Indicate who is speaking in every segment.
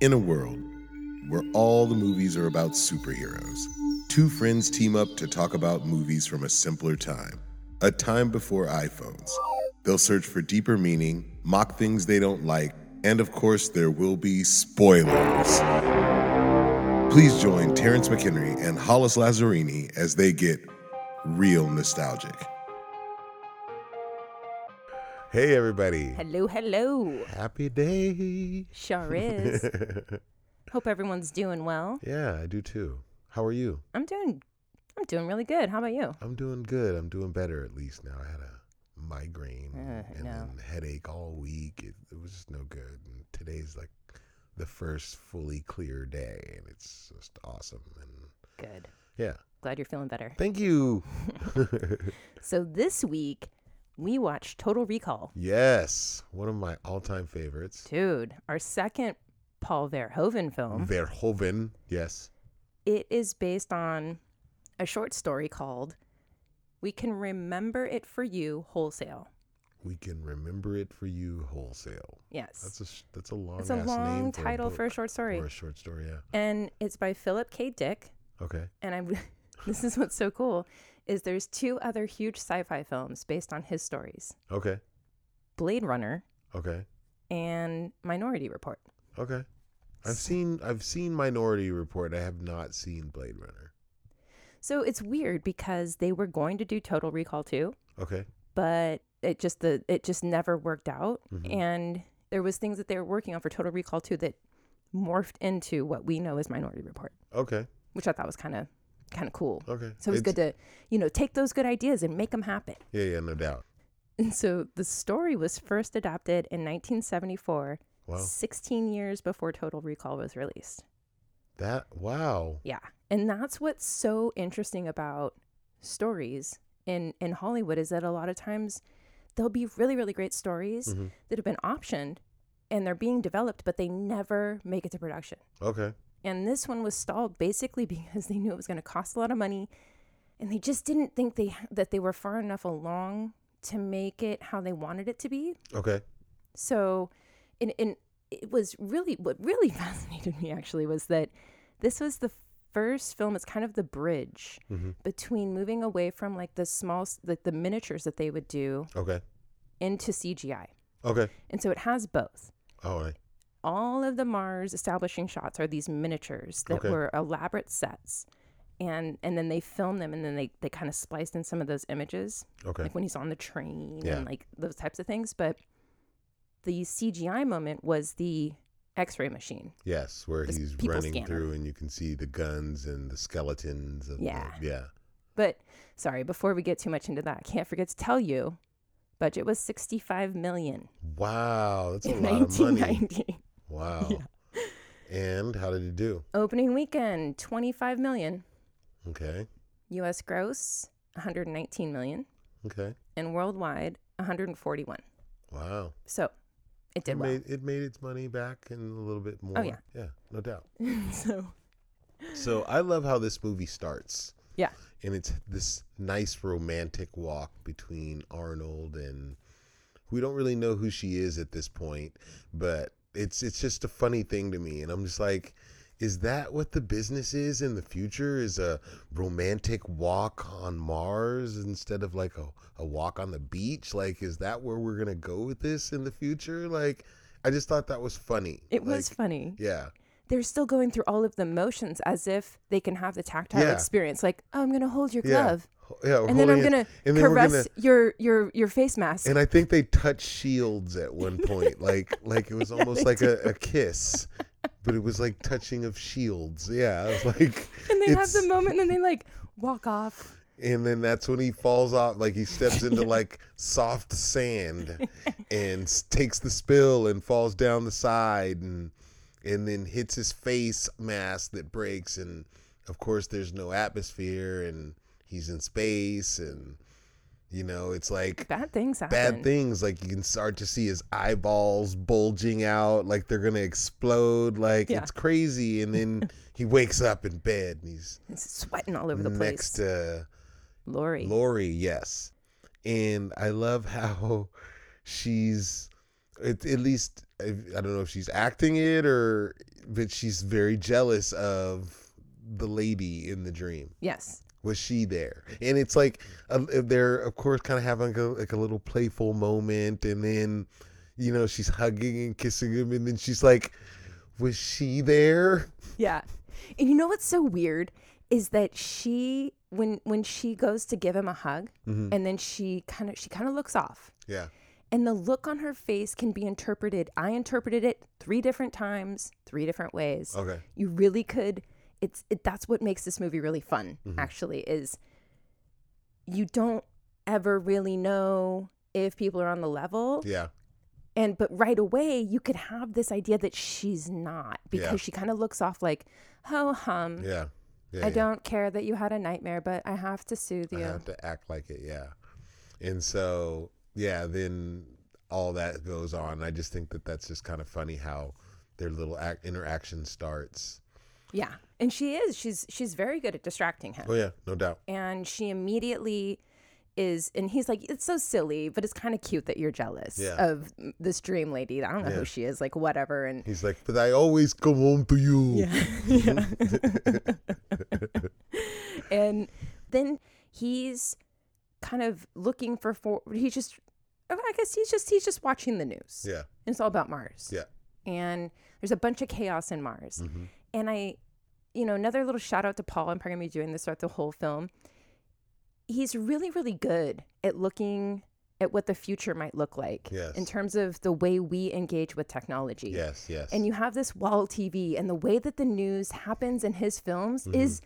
Speaker 1: in a world where all the movies are about superheroes. Two friends team up to talk about movies from a simpler time, a time before iPhones. They'll search for deeper meaning, mock things they don't like, and of course, there will be spoilers. Please join Terrence McHenry and Hollis Lazzarini as they get real nostalgic. Hey, everybody.
Speaker 2: Hello, hello.
Speaker 1: Happy day.
Speaker 2: Sure is. Hope everyone's doing well.
Speaker 1: Yeah, I do too. How are you?
Speaker 2: I'm doing I'm doing really good. How about you?
Speaker 1: I'm doing good. I'm doing better at least now. I had a migraine
Speaker 2: Ugh,
Speaker 1: and
Speaker 2: no.
Speaker 1: then headache all week. It, it was just no good. And today's like the first fully clear day, and it's just awesome. And
Speaker 2: Good.
Speaker 1: yeah,
Speaker 2: Glad you're feeling better.
Speaker 1: thank you.
Speaker 2: So this week we watched Total Recall.
Speaker 1: yes, one of my all-time favorites,
Speaker 2: Dude, our second Paul Verhoeven film.
Speaker 1: Verhoeven. Yes,
Speaker 2: It is based on a short story called We Can Remember It For You Wholesale.
Speaker 1: we can remember it for you wholesale.
Speaker 2: Yes.
Speaker 1: That's a sh- that's a long.
Speaker 2: it's a
Speaker 1: ass name
Speaker 2: long
Speaker 1: for
Speaker 2: title for a
Speaker 1: book
Speaker 2: short story.
Speaker 1: Or a short story. Yeah.
Speaker 2: and it's by Philip K. Dick.
Speaker 1: Okay.
Speaker 2: and I'm this is what's so cool is there's two other huge sci-fi films based on his stories.
Speaker 1: Okay.
Speaker 2: Blade Runner
Speaker 1: Okay.
Speaker 2: and Minority Report.
Speaker 1: Okay. I've seen I've seen Minority Report. I have not seen Blade Runner.
Speaker 2: So it's weird because they were going to do Total Recall too,
Speaker 1: Okay.
Speaker 2: but it just the it just never worked out
Speaker 1: Mhm.
Speaker 2: and there was things that they were working on for Total Recall too that morphed into what we know as Minority Report,
Speaker 1: Okay.
Speaker 2: which I thought was kind of kind of cool.
Speaker 1: Okay.
Speaker 2: So it was good to, you know, take those good ideas and make them happen.
Speaker 1: Yeah, yeah, no doubt.
Speaker 2: And so the story was first adopted in 1974
Speaker 1: Wow.
Speaker 2: 16 years before Total Recall was released.
Speaker 1: That wow.
Speaker 2: Yeah. And that's what's so interesting about stories in, in Hollywood is that a lot of times there'll be really, really great stories
Speaker 1: Mhm.
Speaker 2: that have been optioned and they're being developed, but they never make it to production.
Speaker 1: Okay.
Speaker 2: And this one was stalled basically because they knew it was going to cost a lot of money and they just didn't think they that they were far enough along to make it how they wanted it to be.
Speaker 1: Okay.
Speaker 2: So, and, and it was really what really fascinated me actually was that this was the first film. It's kind of the bridge
Speaker 1: Mhm.
Speaker 2: between moving away from like the small, s- like the miniatures that they would do
Speaker 1: Okay.
Speaker 2: into CGI.
Speaker 1: Okay.
Speaker 2: And so it has both.
Speaker 1: All right.
Speaker 2: All of the Mars establishing shots are these miniatures that
Speaker 1: Okay.
Speaker 2: were elaborate sets. And, and then they filmed them and then they, they kind of spliced in some of those images
Speaker 1: Okay.
Speaker 2: like when he's on the train
Speaker 1: Yeah.
Speaker 2: and like those types of things. But the CGI moment was the X-ray machine.
Speaker 1: Yes, where
Speaker 2: this
Speaker 1: he's
Speaker 2: people
Speaker 1: running
Speaker 2: scanner.
Speaker 1: through and you can see the guns and the skeletons of
Speaker 2: Yeah.
Speaker 1: the, yeah.
Speaker 2: But sorry, before we get too much into that, I can't forget to tell you, budget was sixty-five million
Speaker 1: Wow, that's a
Speaker 2: in
Speaker 1: lot of
Speaker 2: nineteen
Speaker 1: money.
Speaker 2: ninety.
Speaker 1: Wow. And how did it do?
Speaker 2: Opening weekend, twenty-five million.
Speaker 1: Okay.
Speaker 2: U.S. gross, one hundred nineteen million,
Speaker 1: Okay.
Speaker 2: and worldwide, one hundred forty-one.
Speaker 1: Wow.
Speaker 2: So it did
Speaker 1: it
Speaker 2: well. Oh,
Speaker 1: made it made its money back and a little bit more.
Speaker 2: yeah.
Speaker 1: Yeah, no doubt.
Speaker 2: so
Speaker 1: So I love how this movie starts.
Speaker 2: yeah,
Speaker 1: and it's this nice romantic walk between Arnold and we don't really know who she is at this point, but it's it's just a funny thing to me and I'm just like is that what the business is in the future is a romantic walk on Mars instead of like a, a walk on the beach like is that where we're going to go with this in the future like I just thought that was funny.
Speaker 2: it was
Speaker 1: Like,
Speaker 2: funny.
Speaker 1: yeah.
Speaker 2: they're still going through all of the motions as if they can have the tactile
Speaker 1: Yeah.
Speaker 2: experience. Like, oh, I'm gonna hold your
Speaker 1: Yeah.
Speaker 2: glove,
Speaker 1: Ho- Yeah,
Speaker 2: and then I'm
Speaker 1: holding
Speaker 2: gonna
Speaker 1: it- and then we're
Speaker 2: caress
Speaker 1: gonna-
Speaker 2: your your your face mask.
Speaker 1: and I think they touched shields at one point, like like it was almost like a, a kiss, but it was like touching of shields. Yeah, I was like,
Speaker 2: And they have
Speaker 1: it's-
Speaker 2: the moment, and then they like walk off.
Speaker 1: and then that's when he falls off, like he steps into like soft sand, and s- takes the spill and falls down the side, and and then hits his face mask that breaks, and of course there's no atmosphere, and he's in space, and you know it's like
Speaker 2: Bad things happen.
Speaker 1: bad things like you can start to see his eyeballs bulging out like they're gonna explode like
Speaker 2: Yeah.
Speaker 1: it's crazy and then he wakes up in bed and he's
Speaker 2: It's sweating all over the place.
Speaker 1: next to
Speaker 2: Lori.
Speaker 1: lori yes and i love how she's It, at least I I don't know if she's acting it or, but she's very jealous of the lady in the dream.
Speaker 2: Yes.
Speaker 1: was she there and it's like uh, they're of course kind of having like a, like a little playful moment and then you know she's hugging and kissing him and then she's like was she there
Speaker 2: Yeah. And you know what's so weird is that she when when she goes to give him a hug
Speaker 1: Mm-hmm.
Speaker 2: and then she kind of she kind of looks off.
Speaker 1: yeah
Speaker 2: And the look on her face can be interpreted. I interpreted it three different times, three different ways.
Speaker 1: okay
Speaker 2: You really could it's it, that's what makes this movie really fun
Speaker 1: Mm-hmm.
Speaker 2: actually is you don't ever really know if people are on the level
Speaker 1: yeah
Speaker 2: and but right away you could have this idea that she's not because
Speaker 1: Yeah.
Speaker 2: she kind of looks off like ho hum
Speaker 1: yeah yeah
Speaker 2: Mm-hmm. I
Speaker 1: yeah.
Speaker 2: don't care that you had a nightmare, but I have to soothe
Speaker 1: I
Speaker 2: you.
Speaker 1: have to act like it yeah and so yeah then all that goes on i just think that that's just kind of funny how their little act interaction starts
Speaker 2: Yeah. And she is. She's she's very good at distracting him.
Speaker 1: oh yeah no doubt
Speaker 2: And she immediately is and he's like, It's so silly, but it's kinda cute that you're jealous
Speaker 1: Yeah.
Speaker 2: of this dream lady. I don't know
Speaker 1: Yeah.
Speaker 2: who she is, like whatever. And
Speaker 1: he's like but i always come home to you
Speaker 2: Yeah. yeah. and then he's kind of looking for for he just I guess he's just he's just watching the news.
Speaker 1: yeah
Speaker 2: And it's all about Mars.
Speaker 1: Yeah.
Speaker 2: And there's a bunch of chaos in Mars.
Speaker 1: Mhm.
Speaker 2: And I you know, another little shout out to Paul, I'm probably gonna be doing this throughout the whole film. He's really, really good at looking at what the future might look like
Speaker 1: Yes.
Speaker 2: in terms of the way we engage with technology.
Speaker 1: yes yes
Speaker 2: And you have this wall TV, and the way that the news happens in his films is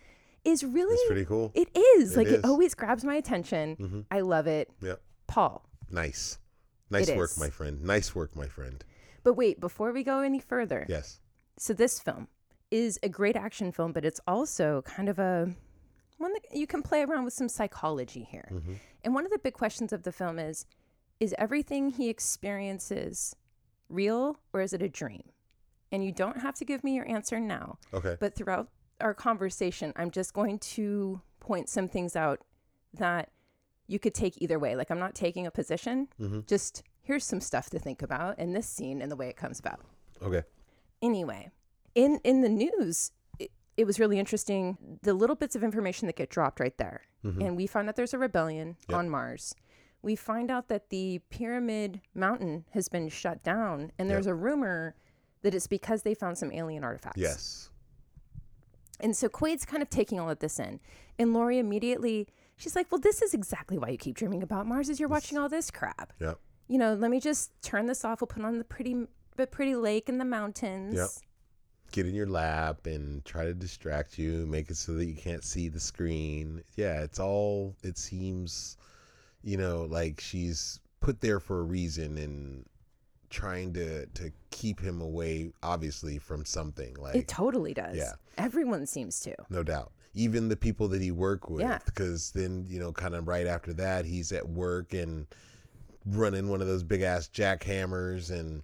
Speaker 2: is
Speaker 1: Mm-hmm.
Speaker 2: really
Speaker 1: It's pretty cool.
Speaker 2: it is
Speaker 1: It
Speaker 2: like
Speaker 1: is. Mm-hmm.
Speaker 2: it always grabs my attention. I love it,
Speaker 1: Yep.
Speaker 2: Paul.
Speaker 1: Nice. Nice
Speaker 2: It
Speaker 1: work,
Speaker 2: is.
Speaker 1: my friend. Nice work, my friend.
Speaker 2: But wait, before we go any further,
Speaker 1: Yes.
Speaker 2: so this film is a great action film, but it's also kind of a one that you can play around with some psychology here. And one of the big questions of the film is is everything he experiences real or is it a dream? And you don't have to give me your answer now.
Speaker 1: Okay.
Speaker 2: But throughout our conversation, I'm just going to point some things out that you could take either way. Like, I'm not taking a position, just here's some stuff to think about in this scene and the way it comes about.
Speaker 1: okay.
Speaker 2: Anyway, in, in the news, it, it was really interesting the little bits of information that get dropped right there.
Speaker 1: Mm-hmm.
Speaker 2: And we find out there's a rebellion on Mars. We find out that the Pyramid Mountain has been shut down, and there's a rumor that it's because they found some alien artifacts.
Speaker 1: Yes.
Speaker 2: And so Quaid's kind of taking all of this in. And Lori immediately, she's like, Well, this is exactly why you keep dreaming about Mars is you're watching all this crap.
Speaker 1: Yep.
Speaker 2: You know, let me just turn this off. We'll put on the pretty the pretty lake and the mountains.
Speaker 1: Yep. Get in your lap and try to distract you, make it so that you can't see the screen. Yeah, it's all it seems, you know, like she's put there for a reason and trying to to keep him away obviously from something like
Speaker 2: It totally does.
Speaker 1: Yeah.
Speaker 2: Everyone seems to.
Speaker 1: No doubt. Even the people that he worked with.
Speaker 2: Yeah.
Speaker 1: Because then, you know, kind of right after that, he's at work and running one of those big ass jackhammers. And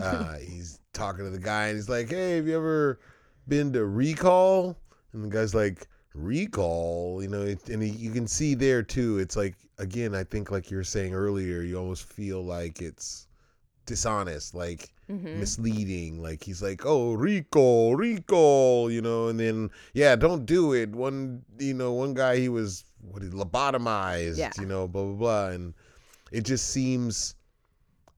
Speaker 1: uh, he's talking to the guy and he's like, hey, have you ever been to Recall? And the guy's like, Recall? You know, it, and he, you can see there too. It's like, again, I think like you were saying earlier, you almost feel like it's dishonest. Like,
Speaker 2: Mm-hmm.
Speaker 1: misleading. Like he's like, "Oh, Rico, Rico," you know, and then yeah, don't do it. One, you know, one guy he was what he lobotomized,
Speaker 2: Yeah.
Speaker 1: you know, blah blah blah, and it just seems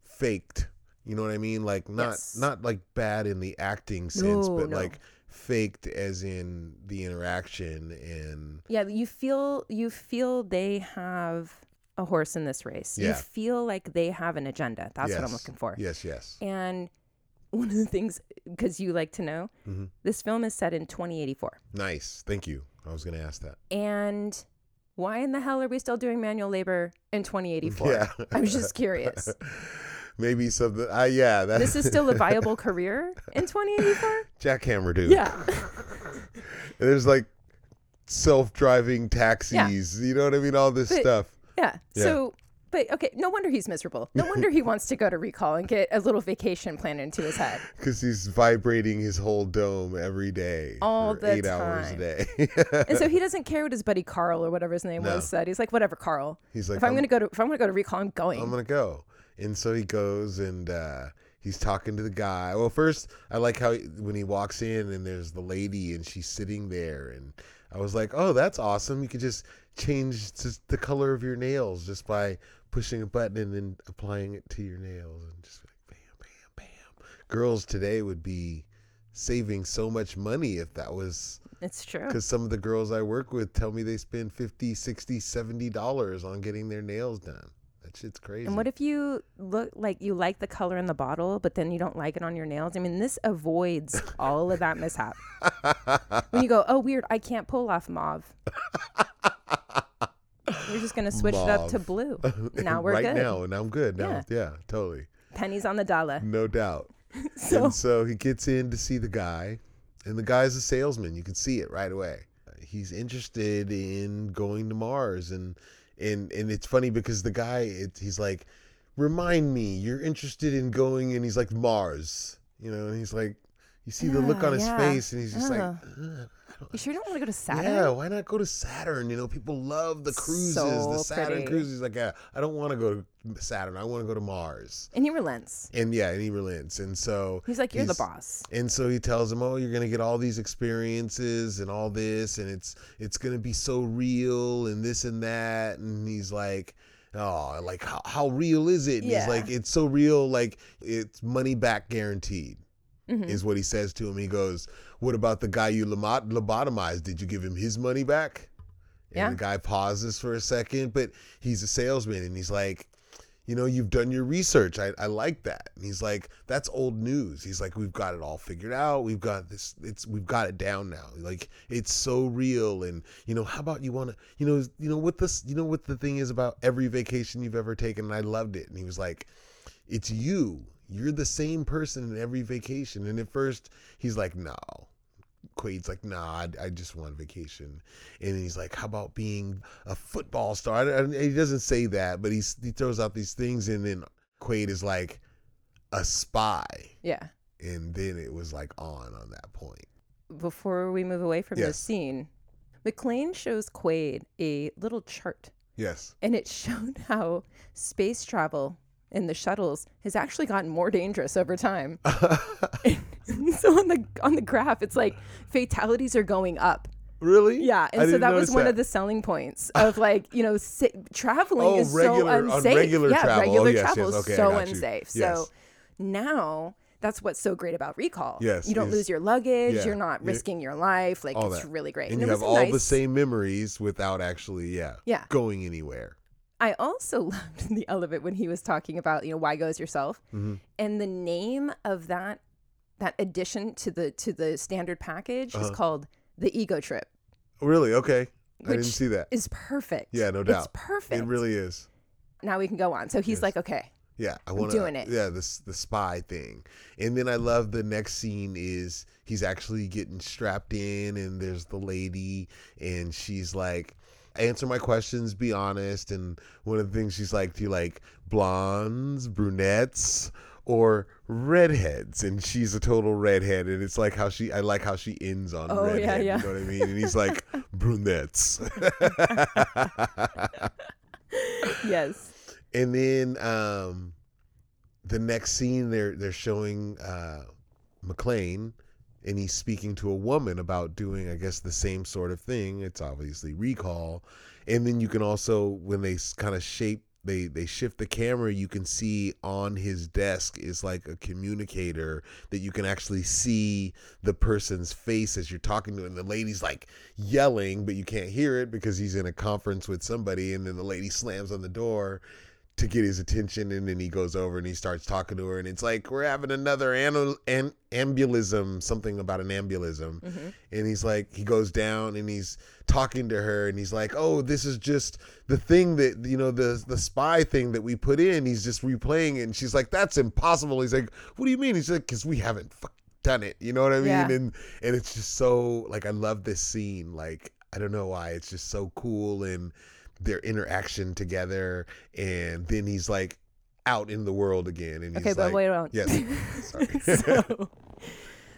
Speaker 1: faked. You know what I mean? Like not
Speaker 2: Yes.
Speaker 1: not like bad in the acting sense,
Speaker 2: No,
Speaker 1: but
Speaker 2: no.
Speaker 1: like faked as in the interaction and
Speaker 2: Yeah, you feel you feel they have a horse in this race. You
Speaker 1: Yeah.
Speaker 2: feel like they have an agenda. That's what I'm
Speaker 1: Yes.
Speaker 2: looking for.
Speaker 1: yes, yes.
Speaker 2: And one of the things, because you like to know,
Speaker 1: Mhm.
Speaker 2: this film is set in 2084.
Speaker 1: Nice. Thank you. I was going to ask that.
Speaker 2: and why in the hell are we still doing manual labor in 2084?
Speaker 1: Yeah.
Speaker 2: I'm just curious.
Speaker 1: Maybe something uh, yeah, that
Speaker 2: This is still a viable career in 2084?
Speaker 1: jackhammer dude.
Speaker 2: Yeah.
Speaker 1: There's like self-driving taxis. You know what I mean? All this
Speaker 2: But-
Speaker 1: stuff.
Speaker 2: Yeah.
Speaker 1: Yeah.
Speaker 2: So, but okay, no wonder he's miserable. No wonder he wants to go to recall and get a little vacation plan into his head.
Speaker 1: Because he's vibrating his whole dome every day.
Speaker 2: All
Speaker 1: for
Speaker 2: the
Speaker 1: eight hours a
Speaker 2: time.
Speaker 1: day.
Speaker 2: And so he doesn't care what his buddy Carl or whatever his name
Speaker 1: No.
Speaker 2: was said. He's like, whatever, Carl.
Speaker 1: he's like,
Speaker 2: If I'm
Speaker 1: I'm,
Speaker 2: going to go to if I'm going to go to recall, I'm going.
Speaker 1: I'm gonna go. And so he goes and uh, he's talking to the guy. Well, first I like how he- when he walks in and there's the lady and she's sitting there, and I was like, oh, that's awesome. You could just change just the color of your nails just by pushing a button and then applying it to your nails, and just like bam, bam, bam. Girls today would be saving so much money if that was
Speaker 2: It's true.
Speaker 1: because some of the girls i work with tell me they spend 50 60 70 dollars on getting their nails done that shit's crazy
Speaker 2: And what if you look like you like the color in the bottle, but then you don't like it on your nails? I mean, this avoids all of that mishap. when you go, oh, weird, I can't pull off mauve. You're just going to switch it up to
Speaker 1: Mauve.
Speaker 2: blue. Now we're
Speaker 1: right
Speaker 2: good.
Speaker 1: now and i'm good now
Speaker 2: Yeah.
Speaker 1: yeah totally
Speaker 2: Pennies on the dollar.
Speaker 1: no doubt
Speaker 2: So,
Speaker 1: And so he gets in to see the guy, and the guy's a salesman. You can see it right away. He's interested in going to Mars, and and and it's funny because the guy, it, he's like, "Remind me, you're interested in going," and he's like, "Mars," you know, and he's like, you see the look
Speaker 2: Yeah,
Speaker 1: on his
Speaker 2: yeah. Uh-huh.
Speaker 1: face, and he's just like,
Speaker 2: Ugh.
Speaker 1: "Ugh,
Speaker 2: you sure you don't want to go to Saturn?
Speaker 1: "Yeah, why not go to Saturn? You know, people love the cruises, the
Speaker 2: So
Speaker 1: Saturn
Speaker 2: pretty.
Speaker 1: cruises." He's like, yeah, "I don't want to go to Saturn. I want to go to Mars."
Speaker 2: And he relents.
Speaker 1: And yeah, and he relents, and so
Speaker 2: He's like, you're
Speaker 1: He's-
Speaker 2: the boss.
Speaker 1: and so he tells him, "Oh, you're gonna get all these experiences and all this, and it's it's gonna be so real and this and that." And he's like, "Oh, like how, how real is it?" And
Speaker 2: Yeah.
Speaker 1: He's like, "It's so real, like it's money back guaranteed."
Speaker 2: Mhm.
Speaker 1: Is what he says to him. He goes, "What about the guy you lobot- lobotomized? Did you give him his money back?" And
Speaker 2: Yeah.
Speaker 1: the guy pauses for a second, but he's a salesman, and he's like, you know, you've done your research. I, I like that. And he's like, that's old news. He's like, we've got it all figured out. We've got this. It's we've got it down now. Like it's so real. And you know, how about you want to, you know, you know what this, you know what the thing is about every vacation you've ever taken. And I loved it. And he was like, it's you. You're the same person in every vacation. And at first, he's like, no. Quaid's like, nah, I, I just want vacation. And then he's like, how about being a football star? I- I- he doesn't say that, but he's, he throws out these things. And then Quaid is like, a spy.
Speaker 2: Yeah.
Speaker 1: And then it was like on on that point.
Speaker 2: Before we move away from
Speaker 1: Yes.
Speaker 2: this scene, McLean shows Quaid a little chart
Speaker 1: Yes.
Speaker 2: and it showed how space travel in the shuttles has actually gotten more dangerous over time. so on the on the graph, it's like fatalities are going up.
Speaker 1: really?
Speaker 2: Yeah,
Speaker 1: I
Speaker 2: and so
Speaker 1: didn't
Speaker 2: that was
Speaker 1: notice
Speaker 2: one of the selling points of like you know si- traveling
Speaker 1: Oh,
Speaker 2: is
Speaker 1: regular- on
Speaker 2: so unsafe.
Speaker 1: regular
Speaker 2: yeah,
Speaker 1: travel.
Speaker 2: regular
Speaker 1: Oh, yes,
Speaker 2: travel
Speaker 1: yes. Okay, I
Speaker 2: is
Speaker 1: got
Speaker 2: so
Speaker 1: you.
Speaker 2: unsafe.
Speaker 1: Yes.
Speaker 2: So now. That's what's so great about recall.
Speaker 1: Yes,
Speaker 2: you don't
Speaker 1: yes.
Speaker 2: lose your luggage.
Speaker 1: Yeah.
Speaker 2: You're not
Speaker 1: Yeah.
Speaker 2: risking your life. Like
Speaker 1: All
Speaker 2: it's
Speaker 1: that.
Speaker 2: really great.
Speaker 1: And
Speaker 2: it
Speaker 1: you
Speaker 2: was
Speaker 1: have
Speaker 2: a
Speaker 1: all the
Speaker 2: nice-
Speaker 1: same memories without actually, yeah,
Speaker 2: Yeah.
Speaker 1: going anywhere.
Speaker 2: I also loved the element when he was talking about you know why go as yourself,
Speaker 1: Mhm.
Speaker 2: and the name of that that addition to the to the standard package
Speaker 1: Uh-huh.
Speaker 2: is called the ego trip,
Speaker 1: Really? Okay. I didn't
Speaker 2: Which
Speaker 1: see that.
Speaker 2: is perfect.
Speaker 1: Yeah, no
Speaker 2: It's
Speaker 1: doubt.
Speaker 2: perfect.
Speaker 1: It really is.
Speaker 2: now we can go on. So he's
Speaker 1: Yes.
Speaker 2: like, okay,
Speaker 1: Yeah, I want
Speaker 2: doing it.
Speaker 1: Yeah, this the spy thing, and then I love the next scene is he's actually getting strapped in, and there's the lady, and she's like, "Answer my questions, be honest." And one of the things she's like, "Do you like blondes, brunettes?" Or redheads, and she's a total redhead, and it's like how she. I like how she ends on
Speaker 2: Oh, yeah,
Speaker 1: redhead.
Speaker 2: yeah.
Speaker 1: You know what I mean? And he's like brunettes.
Speaker 2: yes,
Speaker 1: and then um the next scene they're they're showing uh McLean and he's speaking to a woman about doing I guess the same sort of thing it's obviously recall and then you can also when they kind of shape they they shift the camera you can see on his desk is like a communicator that you can actually see the person's face as you're talking to him. and the lady's like yelling but you can't hear it because he's in a conference with somebody and then the lady slams on the door to get his attention and then he goes over and he starts talking to her and it's like we're having another an, an ambulism something about an ambulism and he's like he goes down and he's talking to her and he's like oh this is just the thing that you know the the spy thing that we put in he's just replaying it and she's like that's impossible he's like what do you mean he's like because we haven't fuck done it you know what i mean
Speaker 2: Yeah.
Speaker 1: and and it's just so like i love this scene like i don't know why it's just so cool and their interaction together and then he's like out in the world again and he's
Speaker 2: okay,
Speaker 1: like
Speaker 2: but wait, wait,
Speaker 1: yes sorry
Speaker 2: so,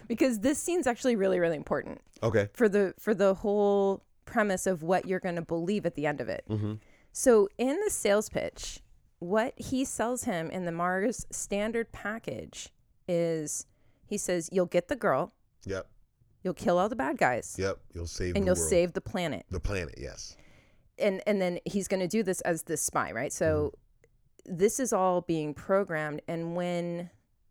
Speaker 2: because this scene's actually really really important
Speaker 1: okay
Speaker 2: for the for the whole premise of what you're going to believe at the end of it.
Speaker 1: mm-hmm.
Speaker 2: So in the sales pitch, what he sells him in the Mars standard package is he says, You'll get the girl,
Speaker 1: Yep.
Speaker 2: you'll kill all the bad guys,
Speaker 1: Yep. You'll save
Speaker 2: and
Speaker 1: the
Speaker 2: you'll
Speaker 1: world.
Speaker 2: save the planet.
Speaker 1: the planet. Yes.
Speaker 2: And and then he's gonna do this as this spy, right? So
Speaker 1: Mm-hmm.
Speaker 2: this is all being programmed and when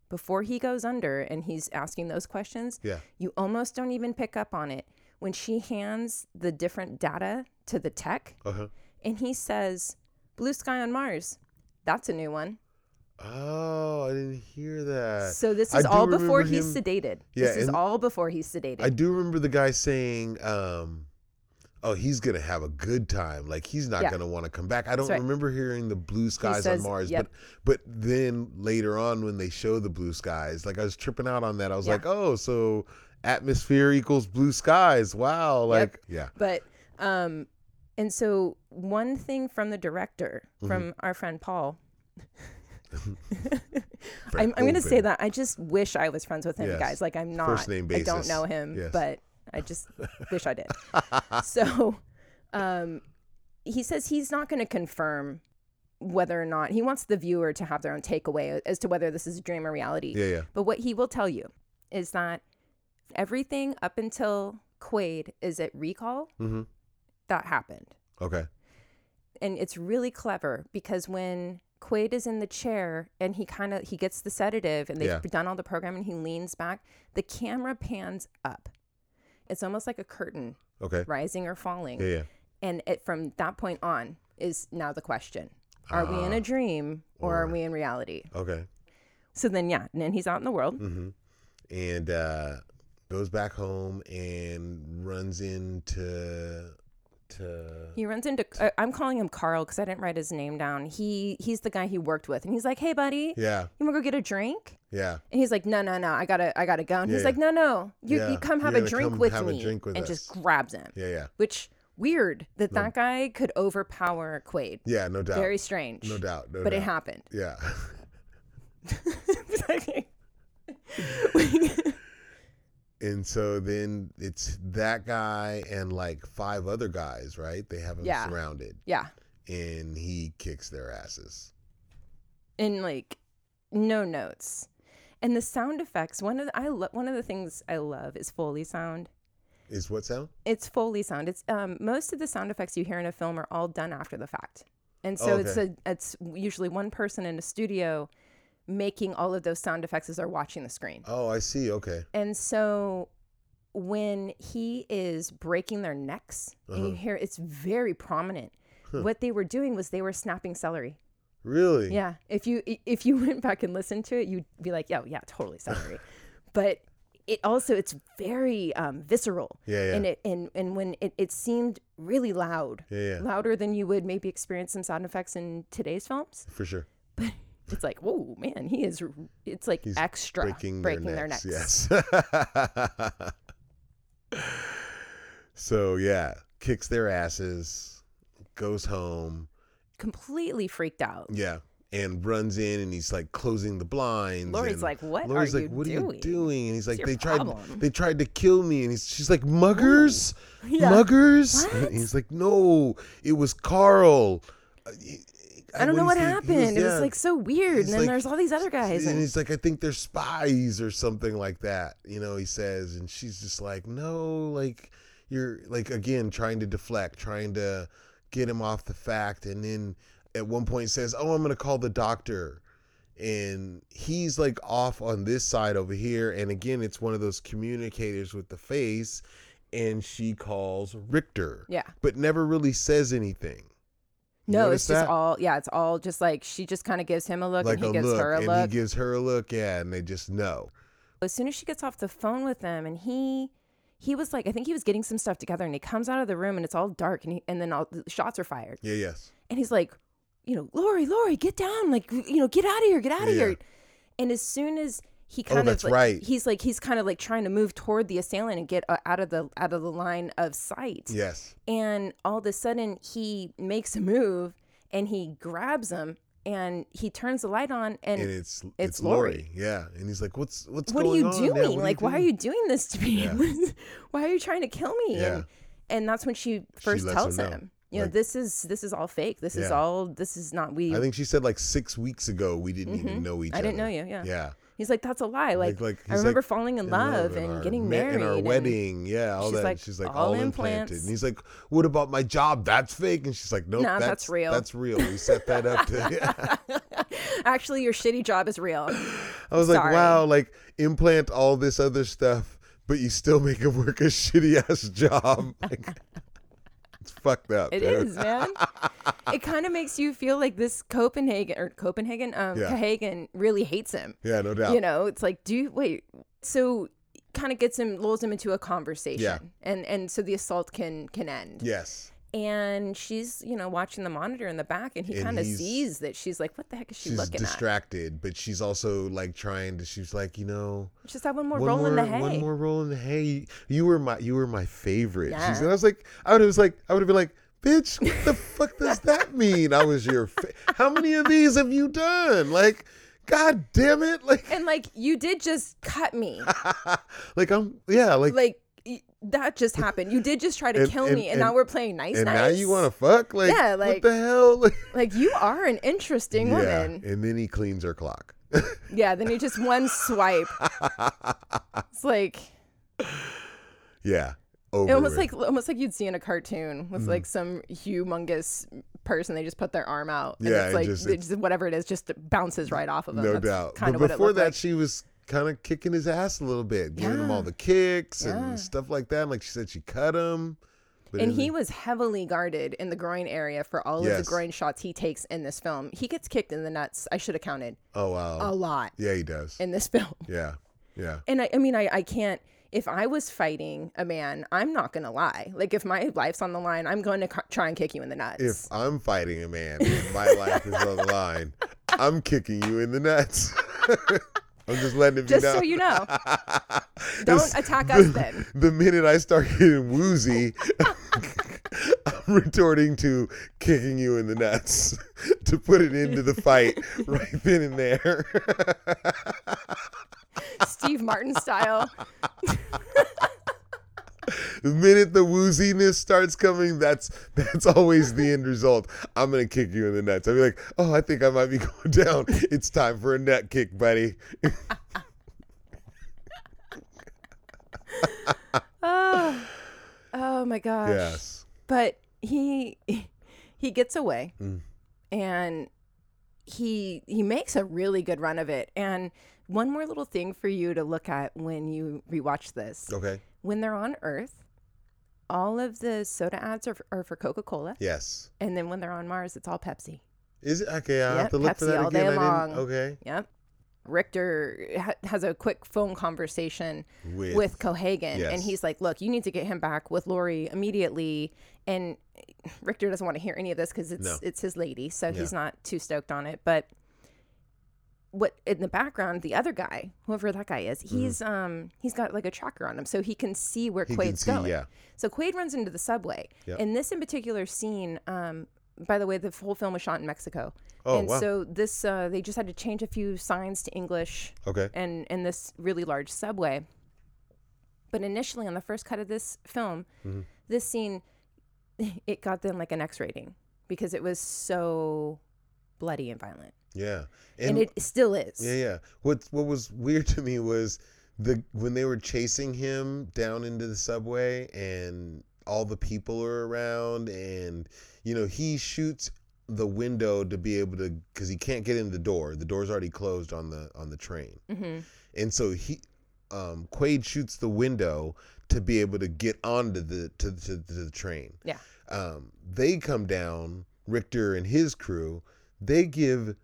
Speaker 2: before he goes under and he's asking those questions,
Speaker 1: Yeah.
Speaker 2: you almost don't even pick up on it. When she hands the different data to the tech
Speaker 1: Uh huh.
Speaker 2: and he says, Blue sky on Mars, that's a new one.
Speaker 1: Oh, I didn't hear that.
Speaker 2: So this
Speaker 1: Uh, I
Speaker 2: is
Speaker 1: do
Speaker 2: all before
Speaker 1: remember
Speaker 2: he's
Speaker 1: him-
Speaker 2: sedated.
Speaker 1: Yeah,
Speaker 2: this is
Speaker 1: and-
Speaker 2: all before he's sedated.
Speaker 1: I do remember the guy saying, um, "Oh, he's gonna have a good time. Like he's not
Speaker 2: Yeah.
Speaker 1: gonna want to come back." I don't
Speaker 2: right.
Speaker 1: remember hearing the blue skies
Speaker 2: says-
Speaker 1: on Mars,
Speaker 2: yep.
Speaker 1: but but then later on when they show the blue skies, like I was tripping out on that. I was
Speaker 2: Yeah.
Speaker 1: like, "Oh, so atmosphere equals blue skies? Wow!" Like, yeah,
Speaker 2: but um and so one thing from the director, from
Speaker 1: Mm-hmm.
Speaker 2: our friend Paul. I'm, I'm going to say
Speaker 1: Colvin.
Speaker 2: that I just wish I was friends with him,
Speaker 1: Yes.
Speaker 2: guys. Like I'm not.
Speaker 1: First name
Speaker 2: I don't
Speaker 1: basis.
Speaker 2: know him,
Speaker 1: Yes.
Speaker 2: but I just wish I did. so, um, he says he's not going to confirm whether or not he wants the viewer to have their own takeaway as to whether this is a dream or reality.
Speaker 1: yeah, yeah.
Speaker 2: But what he will tell you is that everything up until Quaid is at recall
Speaker 1: Mm-hmm.
Speaker 2: that happened.
Speaker 1: Okay.
Speaker 2: And it's really clever because when Quaid is in the chair and he kind of he gets the sedative and they've
Speaker 1: Yeah.
Speaker 2: done all the programming, he leans back, the camera pans up. It's almost like a curtain
Speaker 1: Okay.
Speaker 2: rising or falling.
Speaker 1: Yeah, yeah.
Speaker 2: And it from that point on is now the question. Are we
Speaker 1: Ah.
Speaker 2: in a dream or, are
Speaker 1: or-
Speaker 2: we in reality?
Speaker 1: Okay.
Speaker 2: So then yeah, and then he's out in the world.
Speaker 1: hmm And uh, goes back home and runs into to
Speaker 2: He runs into. Uh, I'm calling him Carl because I didn't write his name down. He he's the guy he worked with, and he's like, "Hey, buddy,
Speaker 1: yeah,
Speaker 2: you wanna go get a drink?"
Speaker 1: yeah.
Speaker 2: And he's like, "No, no, no, I gotta, I gotta go." And he's
Speaker 1: Yeah,
Speaker 2: like, "No, no, you,
Speaker 1: Yeah,
Speaker 2: you come
Speaker 1: you're
Speaker 2: have a
Speaker 1: gonna
Speaker 2: drink
Speaker 1: come
Speaker 2: with
Speaker 1: have a
Speaker 2: me,"
Speaker 1: drink with
Speaker 2: and just
Speaker 1: us.
Speaker 2: grabs him.
Speaker 1: Yeah, yeah,
Speaker 2: Which weird that that guy could overpower Quaid.
Speaker 1: yeah. No doubt.
Speaker 2: Very strange.
Speaker 1: no doubt. No
Speaker 2: But
Speaker 1: doubt.
Speaker 2: it happened.
Speaker 1: yeah. and so then it's that guy and like five other guys, right? They have him
Speaker 2: Yeah.
Speaker 1: surrounded,
Speaker 2: yeah,
Speaker 1: and he kicks their asses.
Speaker 2: and like no notes, and the sound effects. One of the, I lo- one of the things I love is Foley sound.
Speaker 1: Is what sound?
Speaker 2: it's Foley sound. It's um, most of the sound effects you hear in a film are all done after the fact, and so it's a it's usually one person in a studio making all of those sound effects as they're watching the screen.
Speaker 1: Oh, I see. Okay.
Speaker 2: And so when he is breaking their necks, and you hear it's very prominent. What they were doing was they were snapping celery.
Speaker 1: Really?
Speaker 2: Yeah, if you i- if you went back and listened to it, you'd be like, "Yeah, yeah, totally celery," but it also it's very um, visceral
Speaker 1: Yeah, yeah.
Speaker 2: and it and and when it, it seemed really loud
Speaker 1: yeah, yeah.
Speaker 2: louder than you would maybe experience some sound effects in today's films
Speaker 1: For sure.
Speaker 2: it's like whoa man he is r- it's like extra
Speaker 1: breaking, their, necks, Yes. so yeah, kicks their asses, goes home,
Speaker 2: completely freaked out
Speaker 1: yeah, and runs in and he's like closing the blinds.
Speaker 2: Lori's
Speaker 1: and
Speaker 2: like, "What are
Speaker 1: Lori's
Speaker 2: you
Speaker 1: like, what are
Speaker 2: doing?
Speaker 1: you doing? And he's like,
Speaker 2: your
Speaker 1: they tried,
Speaker 2: problem?"
Speaker 1: they tried to kill me. And he's, she's like, muggers,
Speaker 2: Yeah.
Speaker 1: muggers.
Speaker 2: What?
Speaker 1: And he's like, no, it was Carl. Uh, he-
Speaker 2: i don't know what
Speaker 1: he- he
Speaker 2: happened it was
Speaker 1: yeah.
Speaker 2: like so weird and
Speaker 1: He's
Speaker 2: then
Speaker 1: like-
Speaker 2: there's all these other guys
Speaker 1: And
Speaker 2: and
Speaker 1: he's like, I think they're spies or something like that. You know, he says, and she's just like, no, like you're like again trying to deflect, trying to get him off the fact, and then at one point says, oh, I'm gonna call the doctor, and he's like off on this side over here, and again, it's one of those communicators with the face, and she calls Richter,
Speaker 2: yeah
Speaker 1: but never really says anything. You
Speaker 2: no
Speaker 1: notice
Speaker 2: it's
Speaker 1: that?
Speaker 2: just all yeah it's all just like she just kind of gives him a look
Speaker 1: like
Speaker 2: and he
Speaker 1: a
Speaker 2: gives
Speaker 1: look,
Speaker 2: her a
Speaker 1: and
Speaker 2: look
Speaker 1: he gives her a look, yeah, and they just know.
Speaker 2: as soon as she gets off the phone with them and he he was like i think he was getting some stuff together and he comes out of the room and it's all dark and, he, and then all the shots are fired
Speaker 1: Yeah, yes.
Speaker 2: and he's like you know lori lori get down like you know get out of here get out of
Speaker 1: Yeah. Oh,
Speaker 2: here and as soon as he kind
Speaker 1: that's
Speaker 2: of like,
Speaker 1: right.
Speaker 2: he's like he's kind of like trying to move toward the assailant and get uh, out of the out of the line of sight
Speaker 1: Yes.
Speaker 2: and all of a sudden he makes a move and he grabs him and he turns the light on and,
Speaker 1: and it's it's,
Speaker 2: it's
Speaker 1: Lori.
Speaker 2: Lori.
Speaker 1: Yeah, and he's like, "What's what's
Speaker 2: what are
Speaker 1: going
Speaker 2: you
Speaker 1: on? Yeah,
Speaker 2: doing?
Speaker 1: what
Speaker 2: like, why are
Speaker 1: doing?"
Speaker 2: you doing this to me? why are you trying to kill me?
Speaker 1: Yeah.
Speaker 2: And, and that's when she first
Speaker 1: lets
Speaker 2: tells
Speaker 1: him know.
Speaker 2: him. you know
Speaker 1: Like-
Speaker 2: this is this is all fake this is
Speaker 1: Yeah.
Speaker 2: all this is not we
Speaker 1: I think she said like six weeks ago we didn't even know each
Speaker 2: Mm-hmm. I
Speaker 1: other.
Speaker 2: didn't know you yeah.
Speaker 1: Yeah.
Speaker 2: he's like that's a lie
Speaker 1: Like-
Speaker 2: like,
Speaker 1: like,
Speaker 2: i
Speaker 1: he's,
Speaker 2: remember
Speaker 1: like,
Speaker 2: falling in,
Speaker 1: in
Speaker 2: love, and
Speaker 1: our
Speaker 2: getting
Speaker 1: ma-
Speaker 2: married
Speaker 1: and our
Speaker 2: and-
Speaker 1: wedding, yeah, all
Speaker 2: She's
Speaker 1: that.
Speaker 2: like,
Speaker 1: she's like
Speaker 2: "All
Speaker 1: all, implanted,
Speaker 2: implants."
Speaker 1: and he's like, "What about my job? That's fake." And she's like, "Nope,
Speaker 2: Nah, that's real."
Speaker 1: That's real. We set that up to."
Speaker 2: actually your shitty job is real
Speaker 1: I was like,
Speaker 2: Sorry.
Speaker 1: "Wow, like implant all this other stuff, but you still make him work a shitty ass job." Like, it's fucked up.
Speaker 2: It
Speaker 1: dude.
Speaker 2: is, man. it kind of makes you feel like this Copenhagen or Copenhagen, um,
Speaker 1: Yeah.
Speaker 2: Copenhagen really hates him.
Speaker 1: Yeah, no doubt.
Speaker 2: You know, it's like, do you wait? So, kind of gets him, lulls him into a conversation, and and so the assault can can end.
Speaker 1: Yes,
Speaker 2: And she's, you know, watching the monitor in the back, and he
Speaker 1: And
Speaker 2: kind of
Speaker 1: he's-
Speaker 2: sees that she's like, what the heck is she
Speaker 1: she's
Speaker 2: looking
Speaker 1: distracted, but she's also like trying to. She's like, you know.
Speaker 2: at? Just that one more
Speaker 1: one
Speaker 2: roll
Speaker 1: more,
Speaker 2: in the hay.
Speaker 1: One more roll in the hay. You were my you were my favorite. She
Speaker 2: Yeah.
Speaker 1: said, I was like, I would have was like, I would have been like, bitch, what the fuck does that mean? I was your. Fa- How many of these have you done? Like, god damn it! Like,
Speaker 2: And like, you did just cut me.
Speaker 1: like I'm yeah like.
Speaker 2: like y- that just happened. You did just try to
Speaker 1: And-
Speaker 2: kill
Speaker 1: and-
Speaker 2: me, and, now
Speaker 1: and-
Speaker 2: we're playing nice.
Speaker 1: and
Speaker 2: nice.
Speaker 1: now you want to fuck? Like,
Speaker 2: Yeah, like-
Speaker 1: what the hell? Like,
Speaker 2: Like you are an interesting
Speaker 1: yeah.
Speaker 2: woman.
Speaker 1: And then he cleans her clock.
Speaker 2: Yeah, then you just one swipe. It's like
Speaker 1: yeah. Over.
Speaker 2: it almost
Speaker 1: with.
Speaker 2: like almost like you'd see in a cartoon
Speaker 1: Mm-hmm.
Speaker 2: with like some humongous person. They just put their arm out. And
Speaker 1: Yeah,
Speaker 2: it's
Speaker 1: it
Speaker 2: like
Speaker 1: just-
Speaker 2: it just- whatever it is just bounces right off of them.
Speaker 1: No
Speaker 2: That's
Speaker 1: doubt.
Speaker 2: Kind
Speaker 1: But
Speaker 2: of what it
Speaker 1: before
Speaker 2: looked
Speaker 1: that,
Speaker 2: like.
Speaker 1: she was kind of kicking his ass a little bit, giving him
Speaker 2: Yeah.
Speaker 1: all the kicks
Speaker 2: Yeah.
Speaker 1: and stuff like that. Like she said, she cut him. But
Speaker 2: and
Speaker 1: isn't-
Speaker 2: he was heavily guarded in the groin area for all of
Speaker 1: Yes.
Speaker 2: the groin shots he takes in this film. He gets kicked in the nuts. I should have counted
Speaker 1: Oh wow.
Speaker 2: a lot
Speaker 1: yeah, he does.
Speaker 2: in this film.
Speaker 1: yeah, yeah.
Speaker 2: And I, I mean, I, I can't. If I was fighting a man, I'm not gonna lie. Like if my life's on the line, I'm going to c- try and kick you in the nuts.
Speaker 1: If I'm fighting a man, and my life is on the line. I'm kicking you in the nuts. I'm just letting it be
Speaker 2: Just
Speaker 1: known.
Speaker 2: so you know, don't attack us then. Oh.
Speaker 1: the minute I start getting woozy, I'm retorting to kicking you in the nuts to put it into the fight right then and there.
Speaker 2: Steve Martin style.
Speaker 1: the minute the wooziness starts coming, that's that's always the end result. I'm gonna kick you in the nuts. I'll be like, oh, I think I might be going down. It's time for a nut kick, buddy.
Speaker 2: Oh, oh my gosh.
Speaker 1: Yes.
Speaker 2: But he he gets away and he he makes a really good run of it. And one more little thing for you to look at when you rewatch this.
Speaker 1: Okay.
Speaker 2: When they're on Earth, all of the soda ads are, f- are for Coca-Cola.
Speaker 1: Yes.
Speaker 2: And then when they're on Mars, it's all Pepsi.
Speaker 1: Is it okay? I will have
Speaker 2: Yep,
Speaker 1: to look for
Speaker 2: Pepsi
Speaker 1: that
Speaker 2: all
Speaker 1: again.
Speaker 2: day
Speaker 1: I
Speaker 2: long.
Speaker 1: didn't. Okay.
Speaker 2: Yep. Richter ha- has a quick phone conversation
Speaker 1: With,
Speaker 2: with Cohagen, and
Speaker 1: Yes.
Speaker 2: he's like, "Look, you need to get him back with Lori immediately." And Richter doesn't want to hear any of this because it's
Speaker 1: No.
Speaker 2: it's his lady, so he's
Speaker 1: Yeah.
Speaker 2: not too stoked on it. But what in the background, the other guy, whoever that guy is, he's um he's got like a tracker on him, so he can see where
Speaker 1: Mm-hmm. He can
Speaker 2: Quaid's
Speaker 1: see,
Speaker 2: going.
Speaker 1: yeah.
Speaker 2: So Quaid runs into the subway.
Speaker 1: Yep.
Speaker 2: And this in particular scene, um, by the way, the whole film was shot in Mexico.
Speaker 1: Oh,
Speaker 2: and
Speaker 1: wow.
Speaker 2: so this uh, they just had to change a few signs to English
Speaker 1: Okay.
Speaker 2: and and this really large subway. But initially, on the first cut of this film,
Speaker 1: Mm-hmm.
Speaker 2: this scene, it got them like an X rating because it was so bloody and violent,
Speaker 1: Yeah.
Speaker 2: and, it still is.
Speaker 1: Yeah, yeah. What what was weird to me was the when they were chasing him down into the subway and all the people are around and you know he shoots the window to be able to because he can't get in the door. The door's already closed on the on the train,
Speaker 2: Mhm.
Speaker 1: and so he um, Quaid shoots the window to be able to get onto the to, to, to the train.
Speaker 2: Yeah.
Speaker 1: Um, they come down, Richter and his crew. They give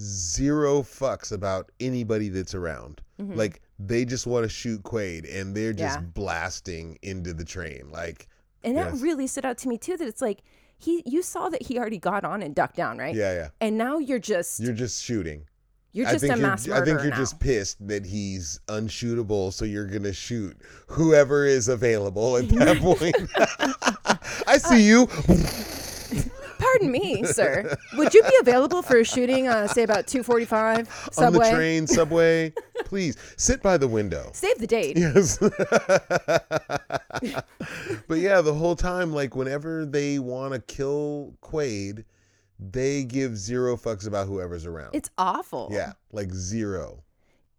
Speaker 1: zero fucks about anybody that's around.
Speaker 2: Mhm.
Speaker 1: Like they just want to shoot Quaid, and they're just
Speaker 2: Yeah.
Speaker 1: blasting into the train. Like
Speaker 2: and that
Speaker 1: Yes.
Speaker 2: really stood out to me too. That it's like he, you saw that he already got on and ducked down, right?
Speaker 1: yeah, yeah.
Speaker 2: And now you're just you're,
Speaker 1: You're just shooting.
Speaker 2: just a mass
Speaker 1: you're, I
Speaker 2: murderer
Speaker 1: think you're
Speaker 2: now.
Speaker 1: just pissed that he's unshootable, so you're gonna shoot whoever is available at that point. I see you.
Speaker 2: Pardon me, sir. Would you be available for a shooting? Uh, say about two forty-five
Speaker 1: on the
Speaker 2: subway.
Speaker 1: train, subway, please sit by the window.
Speaker 2: Save the date.
Speaker 1: Yes. but yeah, the whole time, like whenever they want to kill Quaid, they give zero fucks about whoever's around.
Speaker 2: It's awful.
Speaker 1: yeah, like zero.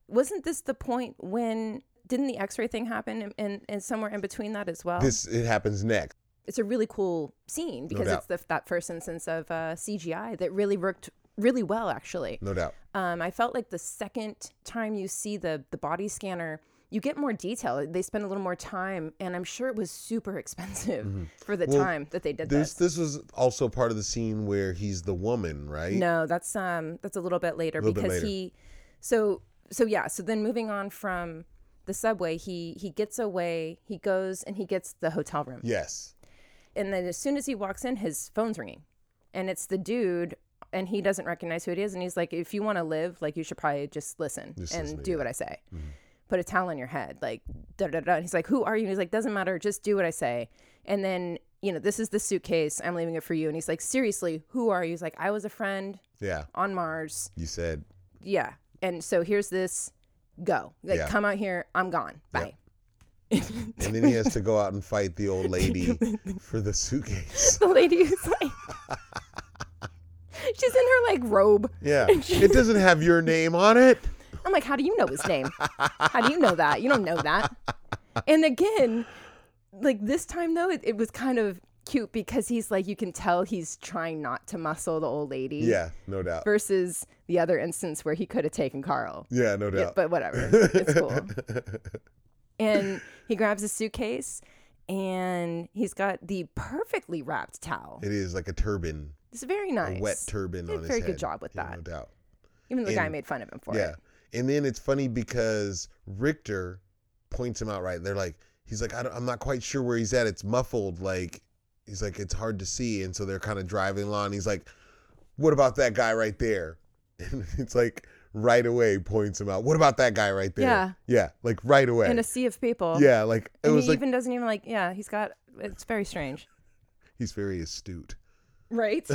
Speaker 2: Wasn't this the point when didn't the X-ray thing happen and, and, and somewhere in between that as well?
Speaker 1: This it happens next.
Speaker 2: it's a really cool scene because
Speaker 1: doubt.
Speaker 2: it's the, that first instance of uh, CGI that really worked really well actually.
Speaker 1: No doubt.
Speaker 2: Um, I felt like the second time you see the the body scanner, you get more detail. They spend a little more time, and I'm sure it was super expensive for the time that they did
Speaker 1: Mm-hmm. This
Speaker 2: this.
Speaker 1: this was also part of the scene where he's the woman, right?
Speaker 2: No, that's um that's a little bit later
Speaker 1: Little bit
Speaker 2: because
Speaker 1: later.
Speaker 2: he, so so yeah. So then moving on from the subway, he he gets away. He goes and he gets the hotel room,
Speaker 1: Yes.
Speaker 2: and then as soon as he walks in, his phone's ringing, and it's the dude. And he doesn't recognize who it is, and he's like, "If you want to live, like you should probably just listen
Speaker 1: Just
Speaker 2: and
Speaker 1: listen to Mm-hmm.
Speaker 2: do
Speaker 1: me.
Speaker 2: what I say." put a towel on your head, like da da da. And he's like, "Who are you?" And he's like, "Doesn't matter, just do what I say." And then you know, this is the suitcase. I'm leaving it for you. And he's like, "Seriously, who are you?" He's like, "I was a friend
Speaker 1: Yeah.
Speaker 2: on Mars."
Speaker 1: You said
Speaker 2: Yeah, and so here's this. Go, like,
Speaker 1: Yeah.
Speaker 2: come out here. I'm gone. Bye.
Speaker 1: and then he has to go out and fight the old lady for the suitcase.
Speaker 2: The lady is like, she's in her like robe.
Speaker 1: Yeah. It doesn't have your name on it.
Speaker 2: I'm like, how do you know his name? How do you know that? You don't know that. And again, like this time though, it, it was kind of cute because he's like, you can tell he's trying not to muscle the old lady.
Speaker 1: Yeah, no doubt.
Speaker 2: Versus the other instance where he could have taken Carl.
Speaker 1: Yeah, no doubt.
Speaker 2: But whatever, it's cool. and he grabs his suitcase. And he's got the perfectly wrapped towel.
Speaker 1: It is like a turban,
Speaker 2: It's very nice.
Speaker 1: a wet turban
Speaker 2: Did a
Speaker 1: on his
Speaker 2: very
Speaker 1: head.
Speaker 2: good job with
Speaker 1: Yeah,
Speaker 2: that.
Speaker 1: No doubt.
Speaker 2: Even the guy
Speaker 1: and-
Speaker 2: made fun of him for
Speaker 1: Yeah.
Speaker 2: it.
Speaker 1: And then it's funny because Richter points him out right. They're like, he's like, I don't, I'm not quite sure where he's at. It's muffled. Like, he's like, it's hard to see. And so they're kind of driving along. He's like, what about that guy right there? And it's like, right away points him out. What about that guy right there?
Speaker 2: Yeah.
Speaker 1: Yeah. Like, right away.
Speaker 2: In a sea of people.
Speaker 1: yeah. Like, it
Speaker 2: And
Speaker 1: was
Speaker 2: he
Speaker 1: like,
Speaker 2: even doesn't even like, yeah, he's got, it's very strange.
Speaker 1: he's very astute.
Speaker 2: Right?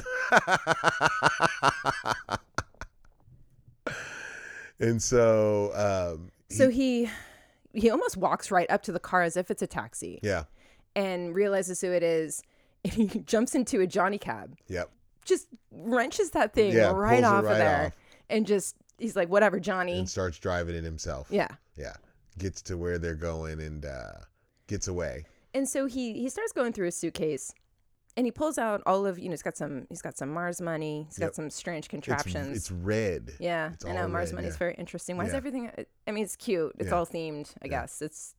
Speaker 1: And so, um,
Speaker 2: so he he almost walks right up to the car as if it's a taxi
Speaker 1: yeah.
Speaker 2: and realizes who it is and he jumps into a Johnny cab.
Speaker 1: Yep.
Speaker 2: Just wrenches that thing
Speaker 1: Yeah, pulls
Speaker 2: right
Speaker 1: it
Speaker 2: off
Speaker 1: right
Speaker 2: of there
Speaker 1: off.
Speaker 2: and just he's like whatever Johnny.
Speaker 1: And starts driving it himself.
Speaker 2: yeah.
Speaker 1: yeah gets to where they're going and uh gets away
Speaker 2: And so he he starts going through his suitcase and he pulls out all of, you know, he's got some he's got some Mars money, he's got
Speaker 1: Yep.
Speaker 2: some strange
Speaker 1: it's,
Speaker 2: contraptions.
Speaker 1: it's red
Speaker 2: yeah,
Speaker 1: it's
Speaker 2: I know
Speaker 1: all
Speaker 2: Mars
Speaker 1: red,
Speaker 2: money is
Speaker 1: yeah.
Speaker 2: very interesting. Why is
Speaker 1: Yeah.
Speaker 2: everything? I mean, it's cute. It's
Speaker 1: Yeah.
Speaker 2: all themed, I guess. It's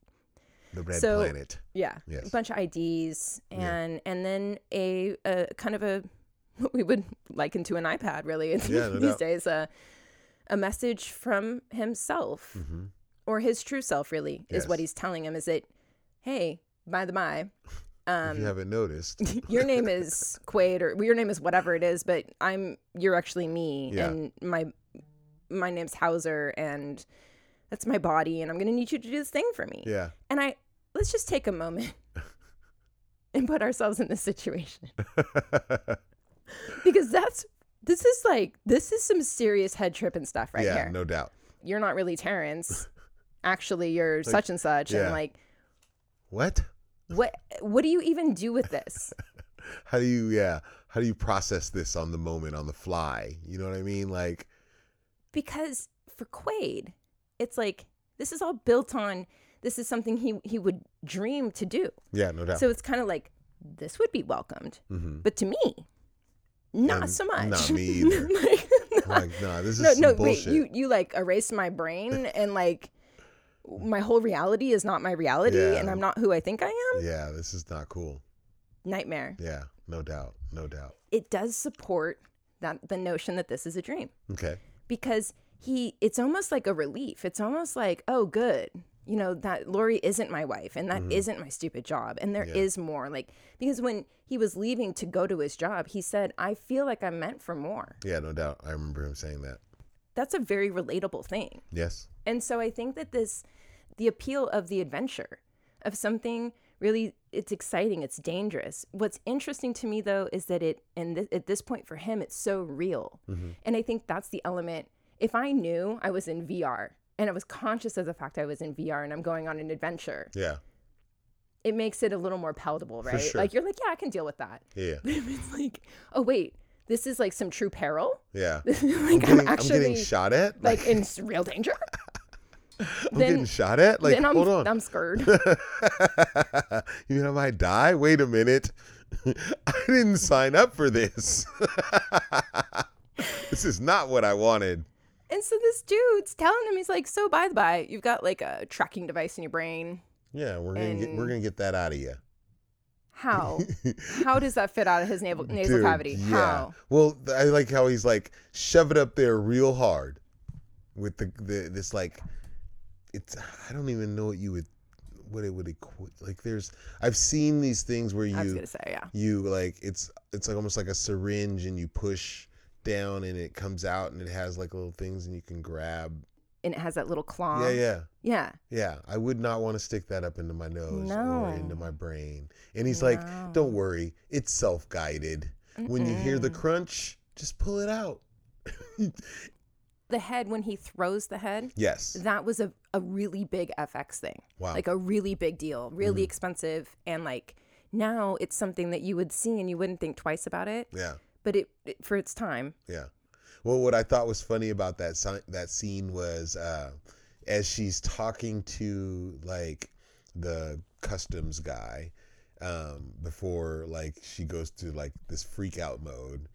Speaker 1: the red
Speaker 2: So-
Speaker 1: planet
Speaker 2: Yeah.
Speaker 1: Yes.
Speaker 2: A bunch of IDs
Speaker 1: Yeah.
Speaker 2: and and then a, a kind of a what we would liken to an iPad really
Speaker 1: Yeah, no
Speaker 2: these
Speaker 1: doubt.
Speaker 2: days a a message from himself
Speaker 1: hmm
Speaker 2: or his true self really is what
Speaker 1: Yes.
Speaker 2: he's telling him is that hey by the by
Speaker 1: if you
Speaker 2: um
Speaker 1: haven't noticed
Speaker 2: your name is Quaid or well, your name is whatever it is but I'm you're actually me
Speaker 1: Yeah.
Speaker 2: and my my name's Hauser and that's my body and I'm going to need you to do this thing for me.
Speaker 1: yeah
Speaker 2: And I let's just take a moment and put ourselves in this situation because that's this is like this is some serious head tripping stuff right
Speaker 1: yeah
Speaker 2: here.
Speaker 1: no doubt
Speaker 2: You're not really Terrence. Actually, you're such and such,
Speaker 1: yeah.
Speaker 2: and like,
Speaker 1: what
Speaker 2: what what do you even do with this?
Speaker 1: how do you yeah how do you process this on the moment on the fly you know what i mean like
Speaker 2: Because for Quaid, it's like this is all built on this is something he he would dream to do.
Speaker 1: yeah no doubt
Speaker 2: So it's kind of like this would be welcomed,
Speaker 1: Mhm.
Speaker 2: but to me, not
Speaker 1: And
Speaker 2: so much.
Speaker 1: not me either.
Speaker 2: Like,
Speaker 1: like nah, this is
Speaker 2: no,
Speaker 1: some
Speaker 2: no,
Speaker 1: bullshit
Speaker 2: wait, you you like erased my brain and like my whole reality is not my reality
Speaker 1: Yeah.
Speaker 2: and I'm not who I think I am.
Speaker 1: yeah this is not cool
Speaker 2: Nightmare.
Speaker 1: yeah no doubt no doubt
Speaker 2: It does support that the notion that this is a dream
Speaker 1: okay
Speaker 2: because he it's almost like a relief. It's almost like, oh good. You know, that Lori isn't my wife and that not my stupid job and there is
Speaker 1: Yeah.
Speaker 2: more like because when he was leaving to go to his job, he said, "I feel like I'm meant for more."
Speaker 1: yeah no doubt i remember him saying that
Speaker 2: That's a very relatable thing.
Speaker 1: yes
Speaker 2: And so I think that this, the appeal of the adventure, of something really, it's exciting, it's dangerous. What's interesting to me though is that it, and th- at this point for
Speaker 1: Mm-hmm.
Speaker 2: him, it's so real. And I think that's the element. If I knew I was in VR and I was conscious of the fact I was in VR and I'm going on an adventure.
Speaker 1: Yeah.
Speaker 2: It makes it a little more palatable, right?
Speaker 1: sure.
Speaker 2: Like you're like, yeah, I can deal with that.
Speaker 1: Yeah.
Speaker 2: But if it's like, oh wait, this is like some true peril.
Speaker 1: Yeah.
Speaker 2: like
Speaker 1: I'm,
Speaker 2: I'm,
Speaker 1: getting, I'm
Speaker 2: actually
Speaker 1: getting shot at.
Speaker 2: like in s- real danger.
Speaker 1: I'm
Speaker 2: then-
Speaker 1: getting shot at. Like
Speaker 2: then I'm
Speaker 1: hold on.
Speaker 2: I'm scared.
Speaker 1: you mean I might die? Wait a minute. I didn't sign up for this. this is not what I wanted.
Speaker 2: and so this dude's telling him, he's like, so by the by, you've got like a tracking device in your brain.
Speaker 1: Yeah, we're gonna get we're
Speaker 2: And-
Speaker 1: gonna get that out of you.
Speaker 2: How? How does that fit out of his navel, nasal
Speaker 1: Dude,
Speaker 2: cavity?
Speaker 1: Yeah.
Speaker 2: How?
Speaker 1: Well, th- I like how he's like shove it up there real hard with the, the this like it's I don't even know what you would what it would equate like. There's I've seen these things where
Speaker 2: I was
Speaker 1: you
Speaker 2: gonna say, yeah.
Speaker 1: you like it's it's like almost like a syringe and you push down and it comes out and it has like little things and you can grab.
Speaker 2: And it has that little claw.
Speaker 1: yeah, yeah.
Speaker 2: Yeah.
Speaker 1: Yeah, I would not want to stick that up into my nose or
Speaker 2: No.
Speaker 1: into my brain. And he's like, "Don't
Speaker 2: No.
Speaker 1: worry, it's self-guided. When you hear the
Speaker 2: Mm-mm.
Speaker 1: crunch, just pull it out."
Speaker 2: the head when he throws the head,
Speaker 1: Yes.
Speaker 2: that was a, a really big FX thing.
Speaker 1: Wow. Mm-hmm.
Speaker 2: Like a really big deal, really expensive and like now it's something that you would see and you wouldn't think twice about it,
Speaker 1: yeah,
Speaker 2: but it, it for its time.
Speaker 1: yeah. Well, what I thought was funny about that si- that scene was uh, as she's talking to like the customs guy um, before like she goes to like this freak out mode.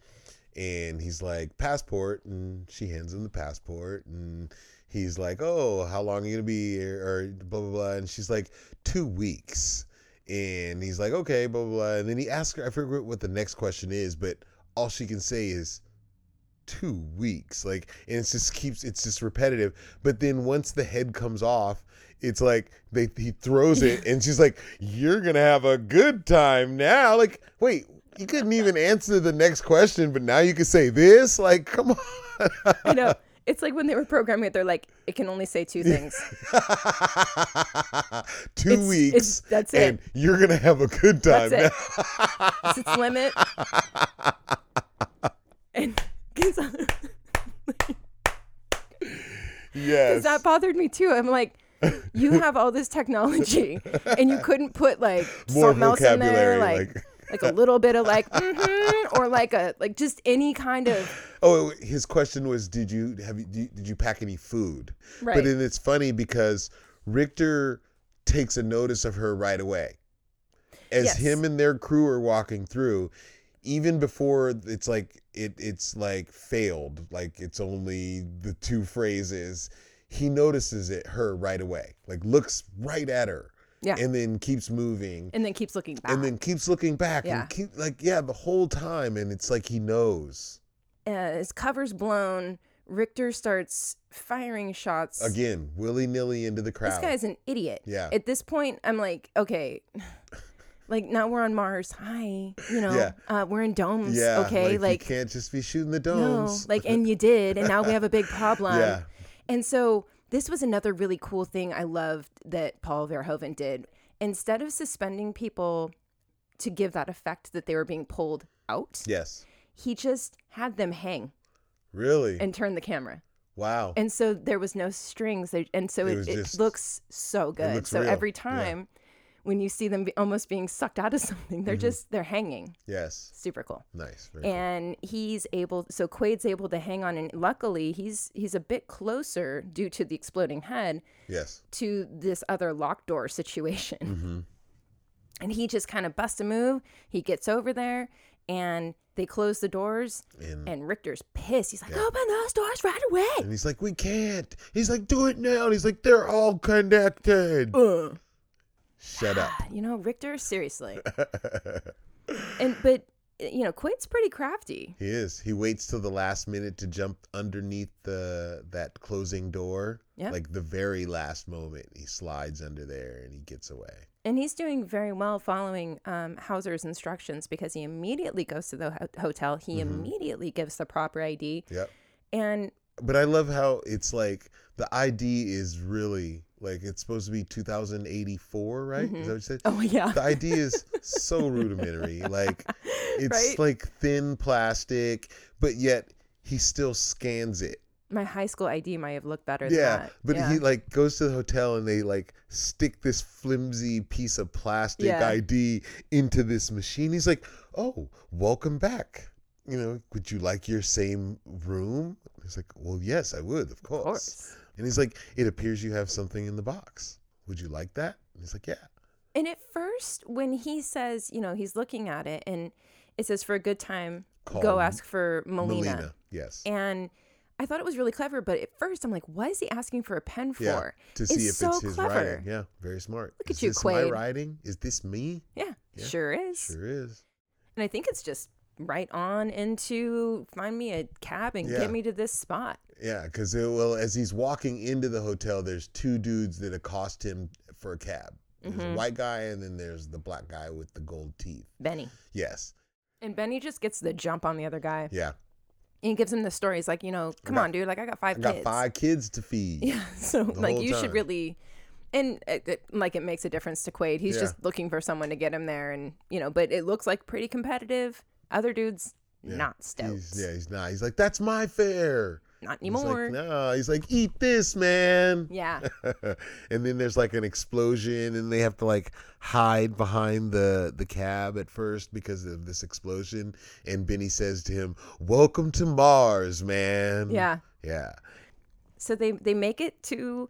Speaker 1: and he's like passport and she hands him the passport and he's like oh how long are you gonna be here or blah blah blah and she's like two weeks and he's like okay blah blah, blah. and then he asks her i forget what the next question is but all she can say is two weeks like and it just keeps it's just repetitive but then once the head comes off it's like they he throws it and she's like you're gonna have a good time now like wait you couldn't even answer the next question but now you can say this like come on
Speaker 2: I know. It's like when they were programming it, they're like, it can only say two things.
Speaker 1: two
Speaker 2: It's-
Speaker 1: weeks
Speaker 2: it's- that's it.
Speaker 1: and you're gonna have a good time
Speaker 2: That's it.
Speaker 1: now.
Speaker 2: It's its limit. And because
Speaker 1: yes
Speaker 2: that bothered me too. I'm like, you have all this technology and you couldn't put like
Speaker 1: More
Speaker 2: something else in
Speaker 1: vocabulary,
Speaker 2: there, like,
Speaker 1: like-
Speaker 2: like a little bit of like mm-hmm, or like a like just any kind of
Speaker 1: Oh, his question was, did you have you, did you pack any food? But
Speaker 2: Right.
Speaker 1: then it's funny because Richter takes a notice of her right away, as
Speaker 2: Yes.
Speaker 1: him and their crew are walking through. Even before it's like it it's like failed, like it's only the two phrases. He notices it her right away, like looks right at her,
Speaker 2: Yeah.
Speaker 1: and then keeps moving
Speaker 2: and then keeps looking back.
Speaker 1: and then keeps looking back
Speaker 2: Yeah.
Speaker 1: and keep like yeah the whole time, and it's like he knows
Speaker 2: uh, his cover's blown. Richter starts firing shots.
Speaker 1: again willy nilly into the
Speaker 2: This
Speaker 1: crowd.
Speaker 2: guy's an idiot.
Speaker 1: Yeah.
Speaker 2: At this point, I'm like, okay, like now we're on Mars. Hi, you know,
Speaker 1: Yeah.
Speaker 2: uh, we're in domes.
Speaker 1: Yeah,
Speaker 2: okay,
Speaker 1: you
Speaker 2: like,
Speaker 1: can't just be shooting the
Speaker 2: no,
Speaker 1: domes.
Speaker 2: like, and you did, and now we have a big problem.
Speaker 1: Yeah.
Speaker 2: And so this was another really cool thing I loved that Paul Verhoeven did. Instead of suspending people to give that effect that they were being pulled out,
Speaker 1: yes,
Speaker 2: he just had them hang
Speaker 1: really.
Speaker 2: and turn the camera.
Speaker 1: wow.
Speaker 2: and so there was no strings there, and so
Speaker 1: It
Speaker 2: it,
Speaker 1: was
Speaker 2: it,
Speaker 1: just-
Speaker 2: looks so good
Speaker 1: looks
Speaker 2: so
Speaker 1: real,
Speaker 2: every
Speaker 1: yeah.
Speaker 2: time when you see them be, almost being sucked out of something
Speaker 1: Mm-hmm.
Speaker 2: they're just they're hanging
Speaker 1: yes,
Speaker 2: super cool
Speaker 1: nice. Very cool.
Speaker 2: and he's able so quaid's able to hang on and luckily he's he's a bit closer due to the exploding head
Speaker 1: Yes,
Speaker 2: to this other locked door situation
Speaker 1: Mm-hmm.
Speaker 2: and he just kind of busts a move he gets over there and they close the doors
Speaker 1: and
Speaker 2: and richter's pissed he's like open those doors right away
Speaker 1: and he's like, we can't. He's like, do it now. And he's like, they're all connected.
Speaker 2: Ugh.
Speaker 1: Shut up.
Speaker 2: You know, Richter, seriously. and but you know, Quaid's pretty crafty.
Speaker 1: He is. He waits till the last minute to jump underneath the that closing door.
Speaker 2: Yeah.
Speaker 1: Like the very last moment, he slides under there and he gets away.
Speaker 2: And he's doing very well following um, Hauser's instructions because he immediately goes to the ho- hotel. He
Speaker 1: Mm-hmm.
Speaker 2: immediately gives the proper ID.
Speaker 1: Yep.
Speaker 2: And
Speaker 1: But I love how it's like the ID is really like it's supposed to be 2084, right? Is that what you said?
Speaker 2: oh yeah,
Speaker 1: the ID is so rudimentary. Like it's
Speaker 2: Right?
Speaker 1: like thin plastic, but yet he still scans it
Speaker 2: my high school ID might have looked better.
Speaker 1: yeah,
Speaker 2: than that.
Speaker 1: but
Speaker 2: yeah.
Speaker 1: he like goes to the hotel and they like stick this flimsy piece of plastic
Speaker 2: Yeah.
Speaker 1: ID into this machine. He's like, "Oh, welcome back. You know, would you like your same room?" He's like, "Well, yes, I would, of course."
Speaker 2: of course.
Speaker 1: And he's like, "It appears you have something in the box. Would you like that?" And he's like, "Yeah."
Speaker 2: And at first, when he says, you know, he's looking at it and it says, for a good time,
Speaker 1: Call
Speaker 2: go ask for Melina.
Speaker 1: yes,
Speaker 2: And I thought it was really clever, but at first I'm like, what is he asking for a pen for?
Speaker 1: Yeah, to see
Speaker 2: it's
Speaker 1: if
Speaker 2: so
Speaker 1: it's his
Speaker 2: clever.
Speaker 1: writing. Yeah, very smart.
Speaker 2: Look at
Speaker 1: Is
Speaker 2: you,
Speaker 1: this my
Speaker 2: Quaid.
Speaker 1: writing? Is this me?
Speaker 2: Yeah,
Speaker 1: Yeah,
Speaker 2: sure is.
Speaker 1: Sure is.
Speaker 2: And I think it's just right on into find me a cab and
Speaker 1: Yeah.
Speaker 2: get me to this spot.
Speaker 1: Yeah, because well, as he's walking into the hotel, there's two dudes that accost him for a cab. There's a
Speaker 2: Mm-hmm.
Speaker 1: white guy, and then there's the black guy with the gold teeth.
Speaker 2: Benny.
Speaker 1: Yes,
Speaker 2: And Benny just gets the jump on the other guy.
Speaker 1: yeah.
Speaker 2: And he gives him the story. He's like, you know, come
Speaker 1: got-
Speaker 2: on, dude. Like, I got five
Speaker 1: I got
Speaker 2: kids.
Speaker 1: five kids to feed.
Speaker 2: Yeah. So, like,
Speaker 1: whole
Speaker 2: you
Speaker 1: time.
Speaker 2: should really. And it, it- like, it makes a difference to Quaid. He's
Speaker 1: Yeah.
Speaker 2: just looking for someone to get him there. And, you know, but it looks like pretty competitive. Other dudes,
Speaker 1: Yeah.
Speaker 2: not stoked.
Speaker 1: He's, yeah, he's not. He's like, that's my fare.
Speaker 2: Not
Speaker 1: He's like,
Speaker 2: anymore.
Speaker 1: no, he's like, eat this, man.
Speaker 2: Yeah.
Speaker 1: and then there's like an explosion and they have to like hide behind the the cab at first because of this explosion and benny says to him welcome to mars man
Speaker 2: Yeah.
Speaker 1: yeah
Speaker 2: So they, they make it to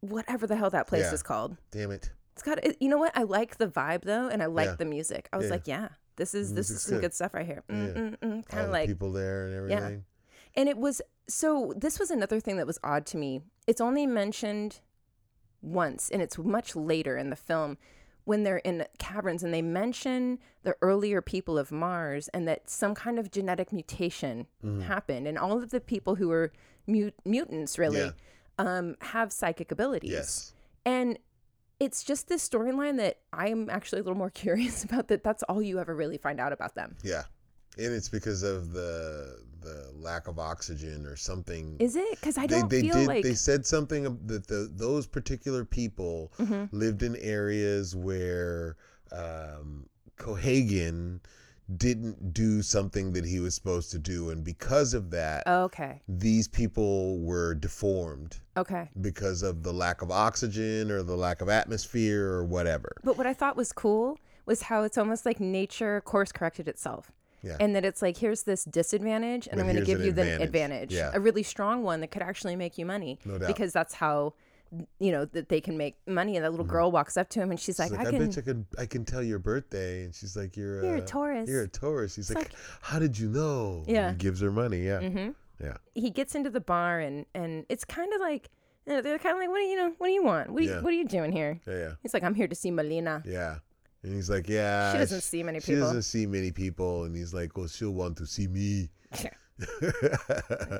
Speaker 2: whatever the hell that place
Speaker 1: Yeah.
Speaker 2: is called.
Speaker 1: damn it
Speaker 2: It's got it, you know what I like the vibe though, and I like
Speaker 1: Yeah.
Speaker 2: the music. I was
Speaker 1: Yeah.
Speaker 2: like, yeah, this is this
Speaker 1: music's
Speaker 2: is some
Speaker 1: good.
Speaker 2: good stuff right here.
Speaker 1: Yeah.
Speaker 2: Mm, mm, mm,
Speaker 1: all
Speaker 2: Kind of
Speaker 1: the
Speaker 2: like,
Speaker 1: people there and everything
Speaker 2: and it was so. This was another thing that was odd to me. It's only mentioned once, and it's much later in the film when they're in caverns, and they mention the earlier people of Mars, and that some kind of genetic mutation
Speaker 1: Mm-hmm.
Speaker 2: happened, and all of the people who were mut- mutants really
Speaker 1: Yeah.
Speaker 2: um, have psychic abilities.
Speaker 1: yes
Speaker 2: And it's just this storyline that I'm actually a little more curious about that that's all you ever really find out about them.
Speaker 1: yeah and it's because of the the lack of oxygen or something
Speaker 2: Is it? Because I don't
Speaker 1: they, they
Speaker 2: feel
Speaker 1: did
Speaker 2: like
Speaker 1: they said something ab- that the, those particular people
Speaker 2: Mm-hmm.
Speaker 1: lived in areas where um, Cohagen didn't do something that he was supposed to do, and because of that,
Speaker 2: Oh, Okay.
Speaker 1: these people were deformed
Speaker 2: Okay.
Speaker 1: because of the lack of oxygen or the lack of atmosphere or whatever.
Speaker 2: But what I thought was cool was how it's almost like nature course corrected itself.
Speaker 1: Yeah.
Speaker 2: And that it's like here's this disadvantage and
Speaker 1: But
Speaker 2: I'm going to
Speaker 1: here's
Speaker 2: give
Speaker 1: an
Speaker 2: you the
Speaker 1: advantage.
Speaker 2: advantage.
Speaker 1: Yeah.
Speaker 2: A really strong one that could actually make you money
Speaker 1: No doubt.
Speaker 2: because that's how you know that they can make money and that little girl walks up to him and she's,
Speaker 1: Mm-hmm. She's
Speaker 2: like,
Speaker 1: like, I,
Speaker 2: I can
Speaker 1: bet you can I can tell your birthday, and she's like, "You're,
Speaker 2: You're a
Speaker 1: uh,
Speaker 2: Taurus."
Speaker 1: You're a Taurus. He's like, "How did you know?"
Speaker 2: Yeah. Mm-hmm.
Speaker 1: And gives her money. Yeah, yeah.
Speaker 2: he gets into the bar and and it's kind of like you know, they're kind of like what do you know what do you want what do you,
Speaker 1: Yeah.
Speaker 2: what are you doing here
Speaker 1: yeah, yeah.
Speaker 2: he's like i'm here to see melina
Speaker 1: Yeah. And he's like, yeah.
Speaker 2: She doesn't see many
Speaker 1: She
Speaker 2: people."
Speaker 1: doesn't see many people. And he's like, well, she'll want to see me.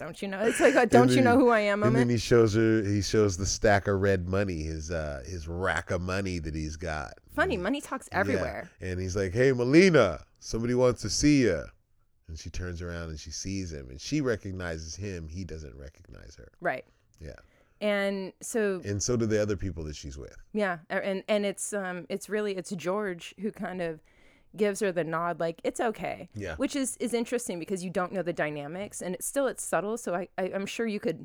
Speaker 2: don't you know it's like a, don't you
Speaker 1: then
Speaker 2: know
Speaker 1: he-
Speaker 2: who i am
Speaker 1: And then
Speaker 2: moment
Speaker 1: he shows her, he shows the stack of red money, his uh, his rack of money that he's got.
Speaker 2: funny money talks
Speaker 1: Yeah.
Speaker 2: everywhere
Speaker 1: And he's like, hey, Melina, somebody wants to see you. And she turns around and she sees him, and she recognizes him. He doesn't recognize her.
Speaker 2: right
Speaker 1: Yeah.
Speaker 2: and so
Speaker 1: And so do the other people that she's with.
Speaker 2: yeah a- and and it's um it's really it's george who kind of gives her the nod like it's okay
Speaker 1: Yeah.
Speaker 2: which is is interesting because you don't know the dynamics and it's still it's subtle so i, I i'm sure you could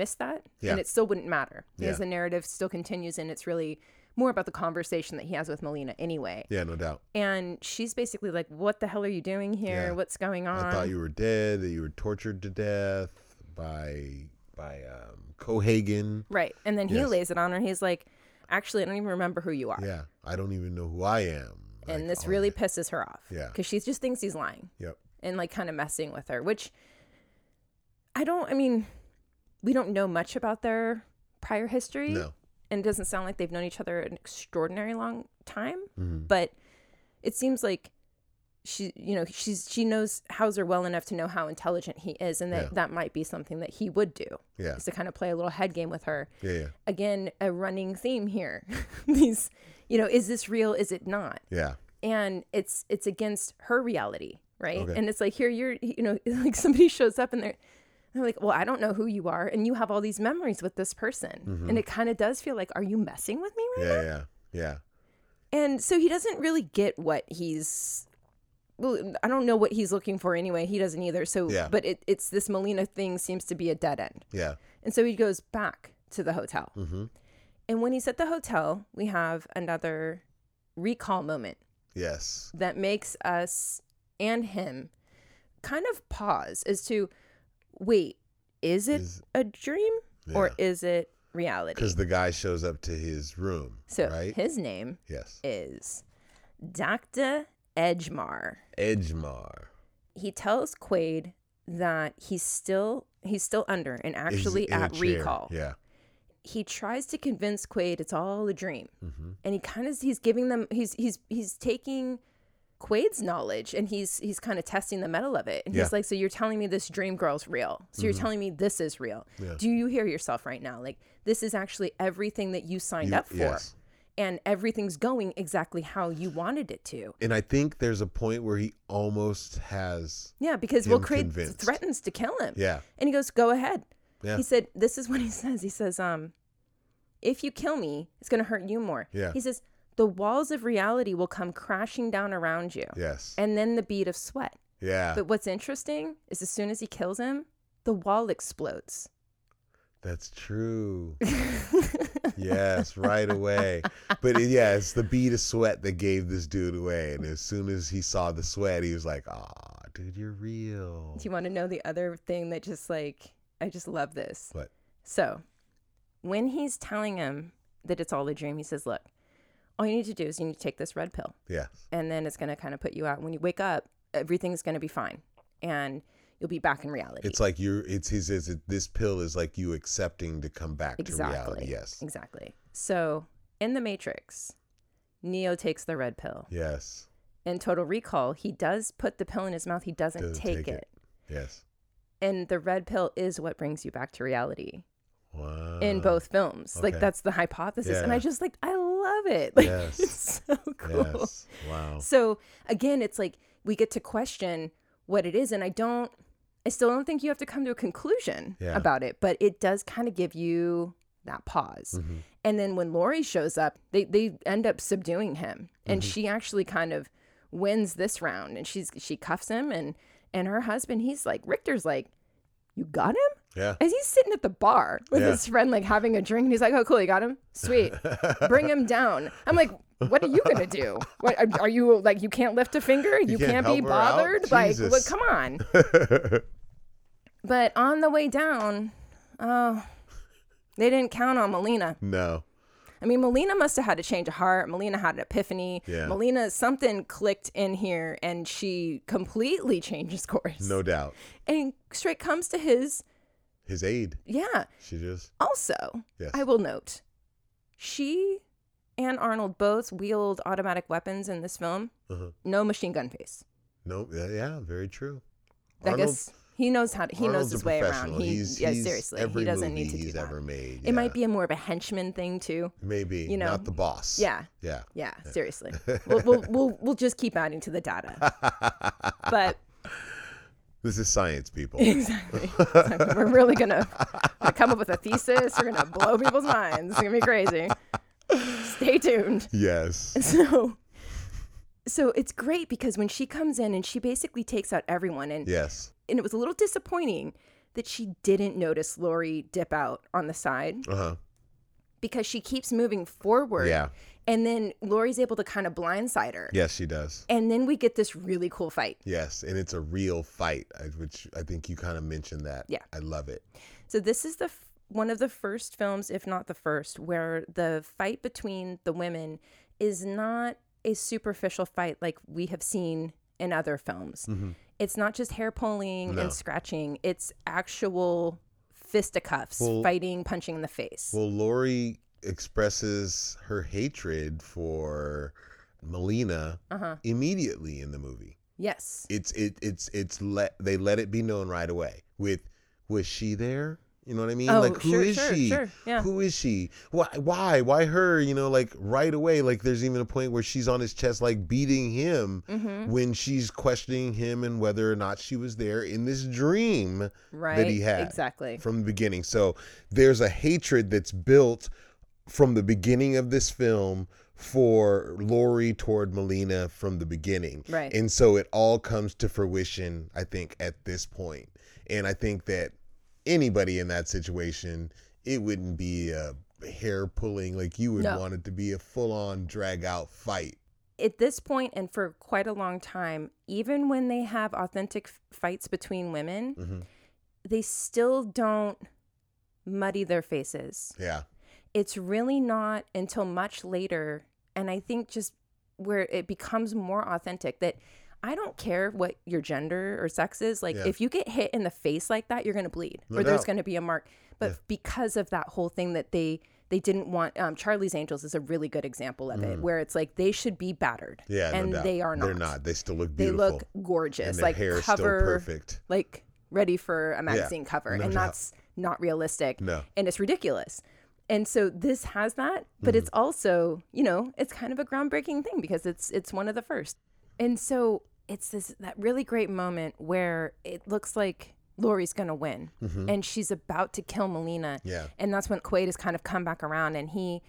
Speaker 2: miss that
Speaker 1: Yeah.
Speaker 2: and it still wouldn't matter because
Speaker 1: Yeah.
Speaker 2: the narrative still continues and it's really more about the conversation that he has with melina anyway
Speaker 1: Yeah, no doubt.
Speaker 2: and she's basically like what the hell are you doing here
Speaker 1: Yeah.
Speaker 2: what's going on
Speaker 1: I thought you were dead. That you were tortured to death by by um, Cohagen.
Speaker 2: right and then he
Speaker 1: Yes.
Speaker 2: lays it on her and he's like actually i don't even remember who you are
Speaker 1: Yeah, I don't even know who I am.
Speaker 2: and
Speaker 1: Like,
Speaker 2: this
Speaker 1: oh,
Speaker 2: really pisses her off
Speaker 1: Yeah.
Speaker 2: because she just thinks he's lying
Speaker 1: Yep.
Speaker 2: and like kind of messing with her, which I don't, I mean, we don't know much about their prior history.
Speaker 1: No.
Speaker 2: And it doesn't sound like they've known each other an extraordinary long time,
Speaker 1: Mm-hmm.
Speaker 2: but it seems like she, you know, she's, she knows Hauser well enough to know how intelligent he is and that
Speaker 1: Yeah.
Speaker 2: that might be something that he would do
Speaker 1: Yeah.
Speaker 2: is to kind of play a little head game with her.
Speaker 1: Yeah. Yeah.
Speaker 2: Again, a running theme here. These, you know, is this real? Is it not?
Speaker 1: Yeah.
Speaker 2: and it's it's against her reality right
Speaker 1: Okay.
Speaker 2: and it's like here you're you know like somebody shows up and they're they're like well i don't know who you are and you have all these memories with this person
Speaker 1: Mm-hmm.
Speaker 2: and it kind of does feel like are you messing with me right
Speaker 1: Yeah. Yeah. Yeah.
Speaker 2: and so he doesn't really get what he's well, I don't know what he's looking for anyway. He doesn't either. So,
Speaker 1: Yeah.
Speaker 2: but it, it's this Molina thing seems to be a dead end.
Speaker 1: Yeah.
Speaker 2: And so he goes back to the hotel.
Speaker 1: Mm-hmm.
Speaker 2: And when he's at the hotel, we have another recall moment
Speaker 1: Yes.
Speaker 2: that makes us and him kind of pause as to wait, is it
Speaker 1: Is-
Speaker 2: a dream or
Speaker 1: Yeah.
Speaker 2: is it reality?
Speaker 1: Because the guy shows up to his room.
Speaker 2: So
Speaker 1: right?
Speaker 2: his name
Speaker 1: yes.
Speaker 2: is Dr. Edgemar.
Speaker 1: Edgemar.
Speaker 2: He tells Quaid that he's still he's still under and
Speaker 1: is
Speaker 2: actually
Speaker 1: in a
Speaker 2: at
Speaker 1: chair.
Speaker 2: recall.
Speaker 1: Yeah.
Speaker 2: He tries to convince Quaid it's all a dream.
Speaker 1: Mm-hmm.
Speaker 2: and he kind of he's giving them he's he's he's taking Quaid's knowledge and he's he's kind of testing the metal of it and
Speaker 1: Yeah. Mm-hmm.
Speaker 2: he's like so you're telling me this dream girl's real so you're telling me this is real
Speaker 1: Yeah.
Speaker 2: do you hear yourself right now like this is actually everything that you signed
Speaker 1: You-
Speaker 2: up for
Speaker 1: yes.
Speaker 2: and everything's going exactly how you wanted it to
Speaker 1: And I think there's a point where he almost has.
Speaker 2: yeah because
Speaker 1: Him
Speaker 2: Will Quaid
Speaker 1: convinced.
Speaker 2: threatens to kill him
Speaker 1: Yeah.
Speaker 2: and he goes go ahead
Speaker 1: Yeah.
Speaker 2: he said this is what he says he says um if you kill me it's going to hurt you more
Speaker 1: Yeah.
Speaker 2: he says the walls of reality will come crashing down around you
Speaker 1: yes.
Speaker 2: and then the bead of sweat.
Speaker 1: yeah.
Speaker 2: But what's interesting is as soon as he kills him, the wall explodes.
Speaker 1: That's true. Oh. yes, right away. But it, yeah, it's the bead of sweat that gave this dude away. And as soon as he saw the sweat, he was like, "Ah, dude, you're real."
Speaker 2: Do you want to know the other thing that just like I just love this?
Speaker 1: What?
Speaker 2: So, when he's telling him that it's all a dream, he says, "Look, all you need to do is you need to take this red pill,
Speaker 1: Yes.
Speaker 2: and then it's going to kind of put you out. When you wake up, everything's going to be fine, and you'll be back in reality."
Speaker 1: It's like you're. It's his. Is it, this pill is like you accepting to come back
Speaker 2: exactly.
Speaker 1: to reality. Yes.
Speaker 2: Exactly. So, in the Matrix, Neo takes the red pill.
Speaker 1: Yes.
Speaker 2: in Total Recall, he does put the pill in his mouth. He doesn't,
Speaker 1: Doesn't
Speaker 2: take,
Speaker 1: take
Speaker 2: it.
Speaker 1: it. Yes.
Speaker 2: And the red pill is what brings you back to reality
Speaker 1: Wow.
Speaker 2: in both films. Like
Speaker 1: Uh, okay.
Speaker 2: that's the hypothesis. And
Speaker 1: Yeah.
Speaker 2: I just like I love it. Like
Speaker 1: Yes.
Speaker 2: it's so cool.
Speaker 1: Yes. Wow.
Speaker 2: So again, it's like we get to question what it is and I don't I still don't think you have to come to a conclusion
Speaker 1: Yeah.
Speaker 2: about it, but it does kind of give you that pause.
Speaker 1: Mhm.
Speaker 2: And then when Lori shows up, they, they end up subduing him. And
Speaker 1: Mm-hmm.
Speaker 2: she actually kind of wins this round and she's she cuffs him and and her husband, he's like Richter's like, You got him?
Speaker 1: Yeah.
Speaker 2: As he's sitting at the bar with
Speaker 1: Yeah.
Speaker 2: his friend like having a drink and he's like, Oh cool, you got him? Sweet. Bring him down. I'm like, what are you gonna do? What are, are you like? You can't lift a finger. You,
Speaker 1: can't
Speaker 2: can't, be
Speaker 1: help her out?
Speaker 2: bothered. Like,
Speaker 1: Jesus.
Speaker 2: what, come on. But on the way down, oh, they didn't count on Melina.
Speaker 1: no.
Speaker 2: I mean, Melina must have had a change of heart. Melina had an epiphany.
Speaker 1: Yeah.
Speaker 2: Melina, something clicked in here and she completely changes course
Speaker 1: No doubt.
Speaker 2: and straight comes to his.
Speaker 1: His aide.
Speaker 2: Yeah.
Speaker 1: She just.
Speaker 2: Also,
Speaker 1: Yes.
Speaker 2: I will note she and Arnold both wield automatic weapons in this film.
Speaker 1: Uh-huh.
Speaker 2: No machine gun face.
Speaker 1: No. yeah, Yeah. Very true.
Speaker 2: I guess he knows how to, he
Speaker 1: Arnold's
Speaker 2: knows his
Speaker 1: a
Speaker 2: way around.
Speaker 1: professional.
Speaker 2: He,
Speaker 1: he's,
Speaker 2: yeah,
Speaker 1: he's-
Speaker 2: seriously,
Speaker 1: every
Speaker 2: he doesn't
Speaker 1: movie
Speaker 2: need to do
Speaker 1: he's
Speaker 2: that.
Speaker 1: ever made.
Speaker 2: It
Speaker 1: yeah.
Speaker 2: might be a more of a henchman thing too.
Speaker 1: maybe
Speaker 2: you know.
Speaker 1: not the boss.
Speaker 2: Yeah,
Speaker 1: Yeah.
Speaker 2: yeah, seriously. we'll, we'll we'll we'll just keep adding to the data, but
Speaker 1: This is science, people.
Speaker 2: exactly, Exactly. we're really gonna, gonna come up with a thesis. We're gonna blow people's minds. It's gonna be crazy. Stay tuned.
Speaker 1: yes.
Speaker 2: So. So it's great because when she comes in and she basically takes out everyone and
Speaker 1: Yes.
Speaker 2: and it was a little disappointing that she didn't notice Lori dip out on the side
Speaker 1: Uh huh.
Speaker 2: because she keeps moving forward.
Speaker 1: Yeah.
Speaker 2: And then Lori's able to kind of blindside her.
Speaker 1: Yes, she does.
Speaker 2: And then we get this really cool fight.
Speaker 1: Yes, and it's a real fight, I- which I think you kind of mentioned that.
Speaker 2: Yeah.
Speaker 1: I love it.
Speaker 2: So this is the f- one of the first films, if not the first, where the fight between the women is not a superficial fight like we have seen in other films. It's not just hair pulling
Speaker 1: Mm-hmm. No.
Speaker 2: and scratching. It's actual fisticuffs,
Speaker 1: Well-
Speaker 2: fighting, punching in the face.
Speaker 1: Well, Lori expresses her hatred for Melina
Speaker 2: Uh-huh.
Speaker 1: immediately in the movie.
Speaker 2: yes.
Speaker 1: It's it it's it's let they let it be known right away with was she there? You know what I mean?
Speaker 2: Oh,
Speaker 1: like who
Speaker 2: sure,
Speaker 1: is
Speaker 2: sure,
Speaker 1: she?
Speaker 2: sure, yeah.
Speaker 1: Who is she? Why why? Why her? You know, like right away, like there's even a point where she's on his chest like beating him
Speaker 2: Mm-hmm.
Speaker 1: when she's questioning him and whether or not she was there in this dream
Speaker 2: Right.
Speaker 1: that he had
Speaker 2: Exactly.
Speaker 1: from the beginning. So there's a hatred that's built from the beginning of this film for Lori toward Melina from the beginning.
Speaker 2: Right.
Speaker 1: And so it all comes to fruition, I think, at this point. And I think that anybody in that situation, it wouldn't be a hair pulling. Like you would
Speaker 2: No.
Speaker 1: want it to be a full on drag out fight.
Speaker 2: At this point, and for quite a long time, even when they have authentic f- fights between women,
Speaker 1: Mhm.
Speaker 2: they still don't muddy their faces.
Speaker 1: Yeah.
Speaker 2: It's really not until much later, and I think just where it becomes more authentic that I don't care what your gender or sex is. Like,
Speaker 1: Yeah.
Speaker 2: if you get hit in the face like that, you're going to bleed,
Speaker 1: No
Speaker 2: or there's
Speaker 1: doubt.
Speaker 2: going to be a mark. But
Speaker 1: Yeah.
Speaker 2: because of that whole thing that they they didn't want, um, Charlie's Angels is a really good example of it, where it's like they should be battered,
Speaker 1: Mm. Yeah. no
Speaker 2: and
Speaker 1: doubt.
Speaker 2: they are not.
Speaker 1: They're not. They still look
Speaker 2: They
Speaker 1: beautiful.
Speaker 2: look gorgeous,
Speaker 1: and their
Speaker 2: like
Speaker 1: hair is still
Speaker 2: cover
Speaker 1: perfect.
Speaker 2: like ready for a magazine cover
Speaker 1: no
Speaker 2: and
Speaker 1: doubt.
Speaker 2: that's not realistic
Speaker 1: No.
Speaker 2: and it's ridiculous and so this has that but
Speaker 1: Mm-hmm.
Speaker 2: it's also you know it's kind of a groundbreaking thing because it's it's one of the first and so it's this that really great moment where it looks like Lori's gonna win and she's about to kill Melina
Speaker 1: Mm-hmm. Yeah.
Speaker 2: and that's when Quaid has kind of come back around and he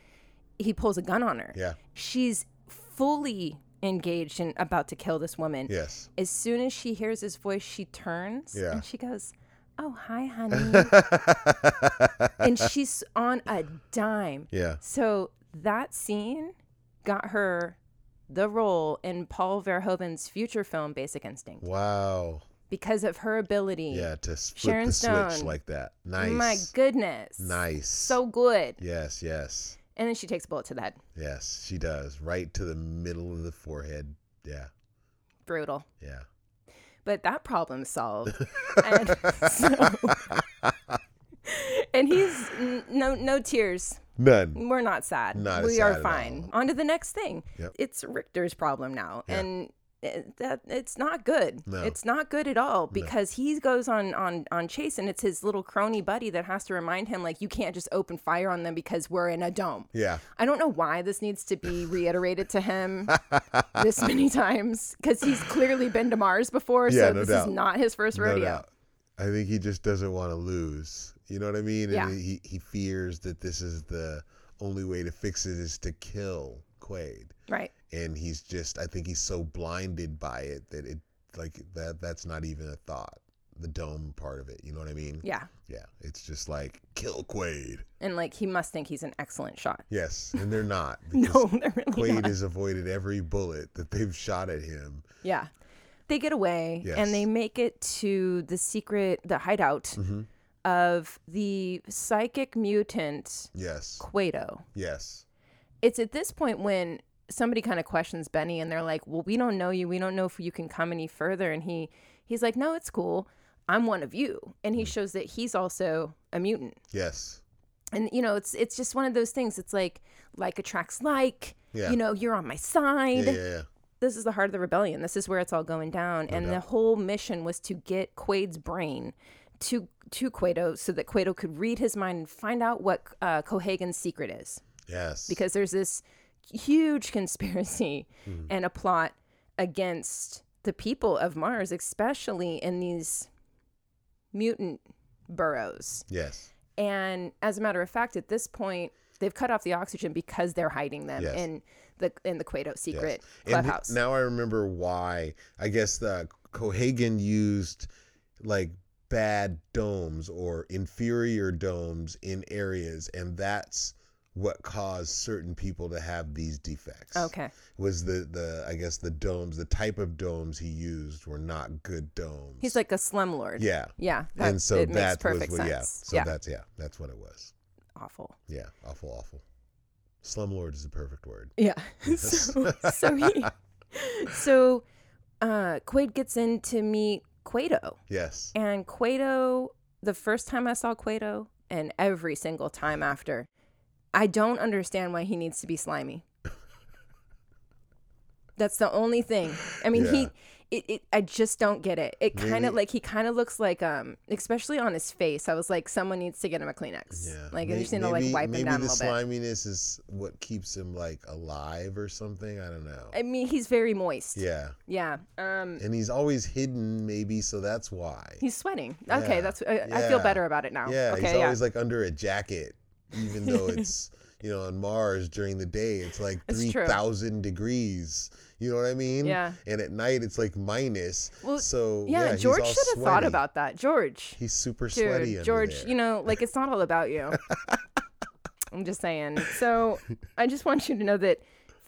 Speaker 2: he pulls a gun on her
Speaker 1: Yeah.
Speaker 2: she's fully engaged and about to kill this woman
Speaker 1: Yes.
Speaker 2: as soon as she hears his voice, she turns
Speaker 1: Yeah.
Speaker 2: and she goes, "Oh, hi, honey." and she's on a dime.
Speaker 1: Yeah.
Speaker 2: So that scene got her the role in Paul Verhoeven's future film Basic Instinct
Speaker 1: Wow.
Speaker 2: because of her ability.
Speaker 1: Yeah. To split
Speaker 2: Sharon
Speaker 1: the switch
Speaker 2: Stone.
Speaker 1: like that. Nice.
Speaker 2: My goodness.
Speaker 1: Nice.
Speaker 2: So good.
Speaker 1: Yes. Yes.
Speaker 2: And then she takes a bullet to the head.
Speaker 1: Yes. She does. Right to the middle of the forehead. Yeah.
Speaker 2: Brutal.
Speaker 1: Yeah.
Speaker 2: But that problem's solved. and, so, and he's n- no no tears.
Speaker 1: None.
Speaker 2: we're not sad.
Speaker 1: Not
Speaker 2: we
Speaker 1: sad
Speaker 2: are
Speaker 1: at
Speaker 2: fine. On to the next thing.
Speaker 1: Yep.
Speaker 2: It's Richter's problem now,
Speaker 1: Yeah.
Speaker 2: and it- that it's not good.
Speaker 1: No.
Speaker 2: It's not good at all because he goes on on on chase, and it's his little crony buddy that has to remind him like you can't just open fire on them because we're in a dome.
Speaker 1: Yeah.
Speaker 2: I don't know why this needs to be reiterated to him this many times because he's clearly been to Mars before,
Speaker 1: Yeah,
Speaker 2: so
Speaker 1: no
Speaker 2: this
Speaker 1: doubt.
Speaker 2: is not his first
Speaker 1: No
Speaker 2: rodeo.
Speaker 1: doubt. I think he just doesn't want to lose. You know what I mean?
Speaker 2: Yeah.
Speaker 1: And he, he fears that this is the only way to fix it is to kill Quaid.
Speaker 2: Right.
Speaker 1: And he's just I think he's so blinded by it that it like that that's not even a thought. The dome part of it. You know what I mean?
Speaker 2: Yeah.
Speaker 1: Yeah. It's just like kill Quaid.
Speaker 2: And like he must think he's an excellent shot.
Speaker 1: Yes. And they're not.
Speaker 2: No,
Speaker 1: because
Speaker 2: they're really not.
Speaker 1: Quaid has avoided every bullet that they've shot at him.
Speaker 2: Yeah. They get away
Speaker 1: Yes. Mm-hmm.
Speaker 2: and they make it to the secret, the hideout of the psychic mutant
Speaker 1: Yes.
Speaker 2: Quato.
Speaker 1: Yes.
Speaker 2: It's at this point when somebody kind of questions Benny and they're like, well, we don't know you. We don't know if you can come any further. And he, he's like, no, it's cool. I'm one of you. And
Speaker 1: Mm.
Speaker 2: he shows that he's also a mutant.
Speaker 1: Yes.
Speaker 2: And you know, it's it's just one of those things. It's like like attracts like.
Speaker 1: Yeah.
Speaker 2: You know, you're on my side
Speaker 1: Yeah, yeah, yeah.
Speaker 2: this is the heart of the rebellion. This is where it's all going down. and the whole mission was to get Quaid's brain to to Quato so that Quato could read his mind and find out what uh, Cohagen's secret is.
Speaker 1: Yes.
Speaker 2: Because there's this huge conspiracy
Speaker 1: Mm-hmm.
Speaker 2: and a plot against the people of Mars, especially in these mutant burrows.
Speaker 1: Yes.
Speaker 2: And as a matter of fact, at this point, they've cut off the oxygen because they're hiding them
Speaker 1: Yes.
Speaker 2: in the in the Quato secret
Speaker 1: And th-
Speaker 2: clubhouse.
Speaker 1: now I remember why. I guess the Cohagen used like bad domes or inferior domes in areas, and that's what caused certain people to have these defects.
Speaker 2: okay.
Speaker 1: Was the the I guess the domes, the type of domes he used were not good domes.
Speaker 2: He's like a slumlord.
Speaker 1: yeah.
Speaker 2: Yeah. That,
Speaker 1: and so
Speaker 2: it makes
Speaker 1: that
Speaker 2: perfect
Speaker 1: was what, yeah.
Speaker 2: sense.
Speaker 1: So
Speaker 2: yeah.
Speaker 1: that's yeah, that's what it was.
Speaker 2: Awful.
Speaker 1: Yeah, awful, awful. Slumlord is the perfect word.
Speaker 2: Yeah. so, so he, so, uh, Quaid gets in to meet Quato
Speaker 1: Yes.
Speaker 2: and Quato, the first time I saw Quato and every single time after, I don't understand why he needs to be slimy. That's the only thing. I mean,
Speaker 1: Yeah.
Speaker 2: he, it, it, I just don't get it. It kind of
Speaker 1: Maybe-
Speaker 2: like he kind of looks like um, especially on his face. I was like, someone needs to get him a Kleenex.
Speaker 1: Yeah.
Speaker 2: Like
Speaker 1: May-
Speaker 2: I just need to like wipe
Speaker 1: maybe
Speaker 2: him down a
Speaker 1: the
Speaker 2: little bit.
Speaker 1: sliminess is what keeps him like alive or something. I don't know.
Speaker 2: I mean, he's very moist.
Speaker 1: yeah,
Speaker 2: Yeah. Um,
Speaker 1: and he's always hidden, maybe, so that's why.
Speaker 2: he's sweating. Okay,
Speaker 1: Yeah.
Speaker 2: that's. I, I feel
Speaker 1: Yeah.
Speaker 2: better about it now.
Speaker 1: yeah,
Speaker 2: Okay.
Speaker 1: he's
Speaker 2: yeah.
Speaker 1: always like under a jacket, even though it's you know, on Mars during the day, it's like
Speaker 2: It's true.
Speaker 1: 3,000 degrees. You know what I mean?
Speaker 2: Yeah.
Speaker 1: And at night, it's like minus.
Speaker 2: Well,
Speaker 1: so,
Speaker 2: yeah,
Speaker 1: he's
Speaker 2: George
Speaker 1: all
Speaker 2: should have thought
Speaker 1: sweaty.
Speaker 2: about that. George.
Speaker 1: He's super sweaty.
Speaker 2: Dude,
Speaker 1: under
Speaker 2: George,
Speaker 1: there.
Speaker 2: you know, like it's not all about you. I'm just saying. So I just want you to know that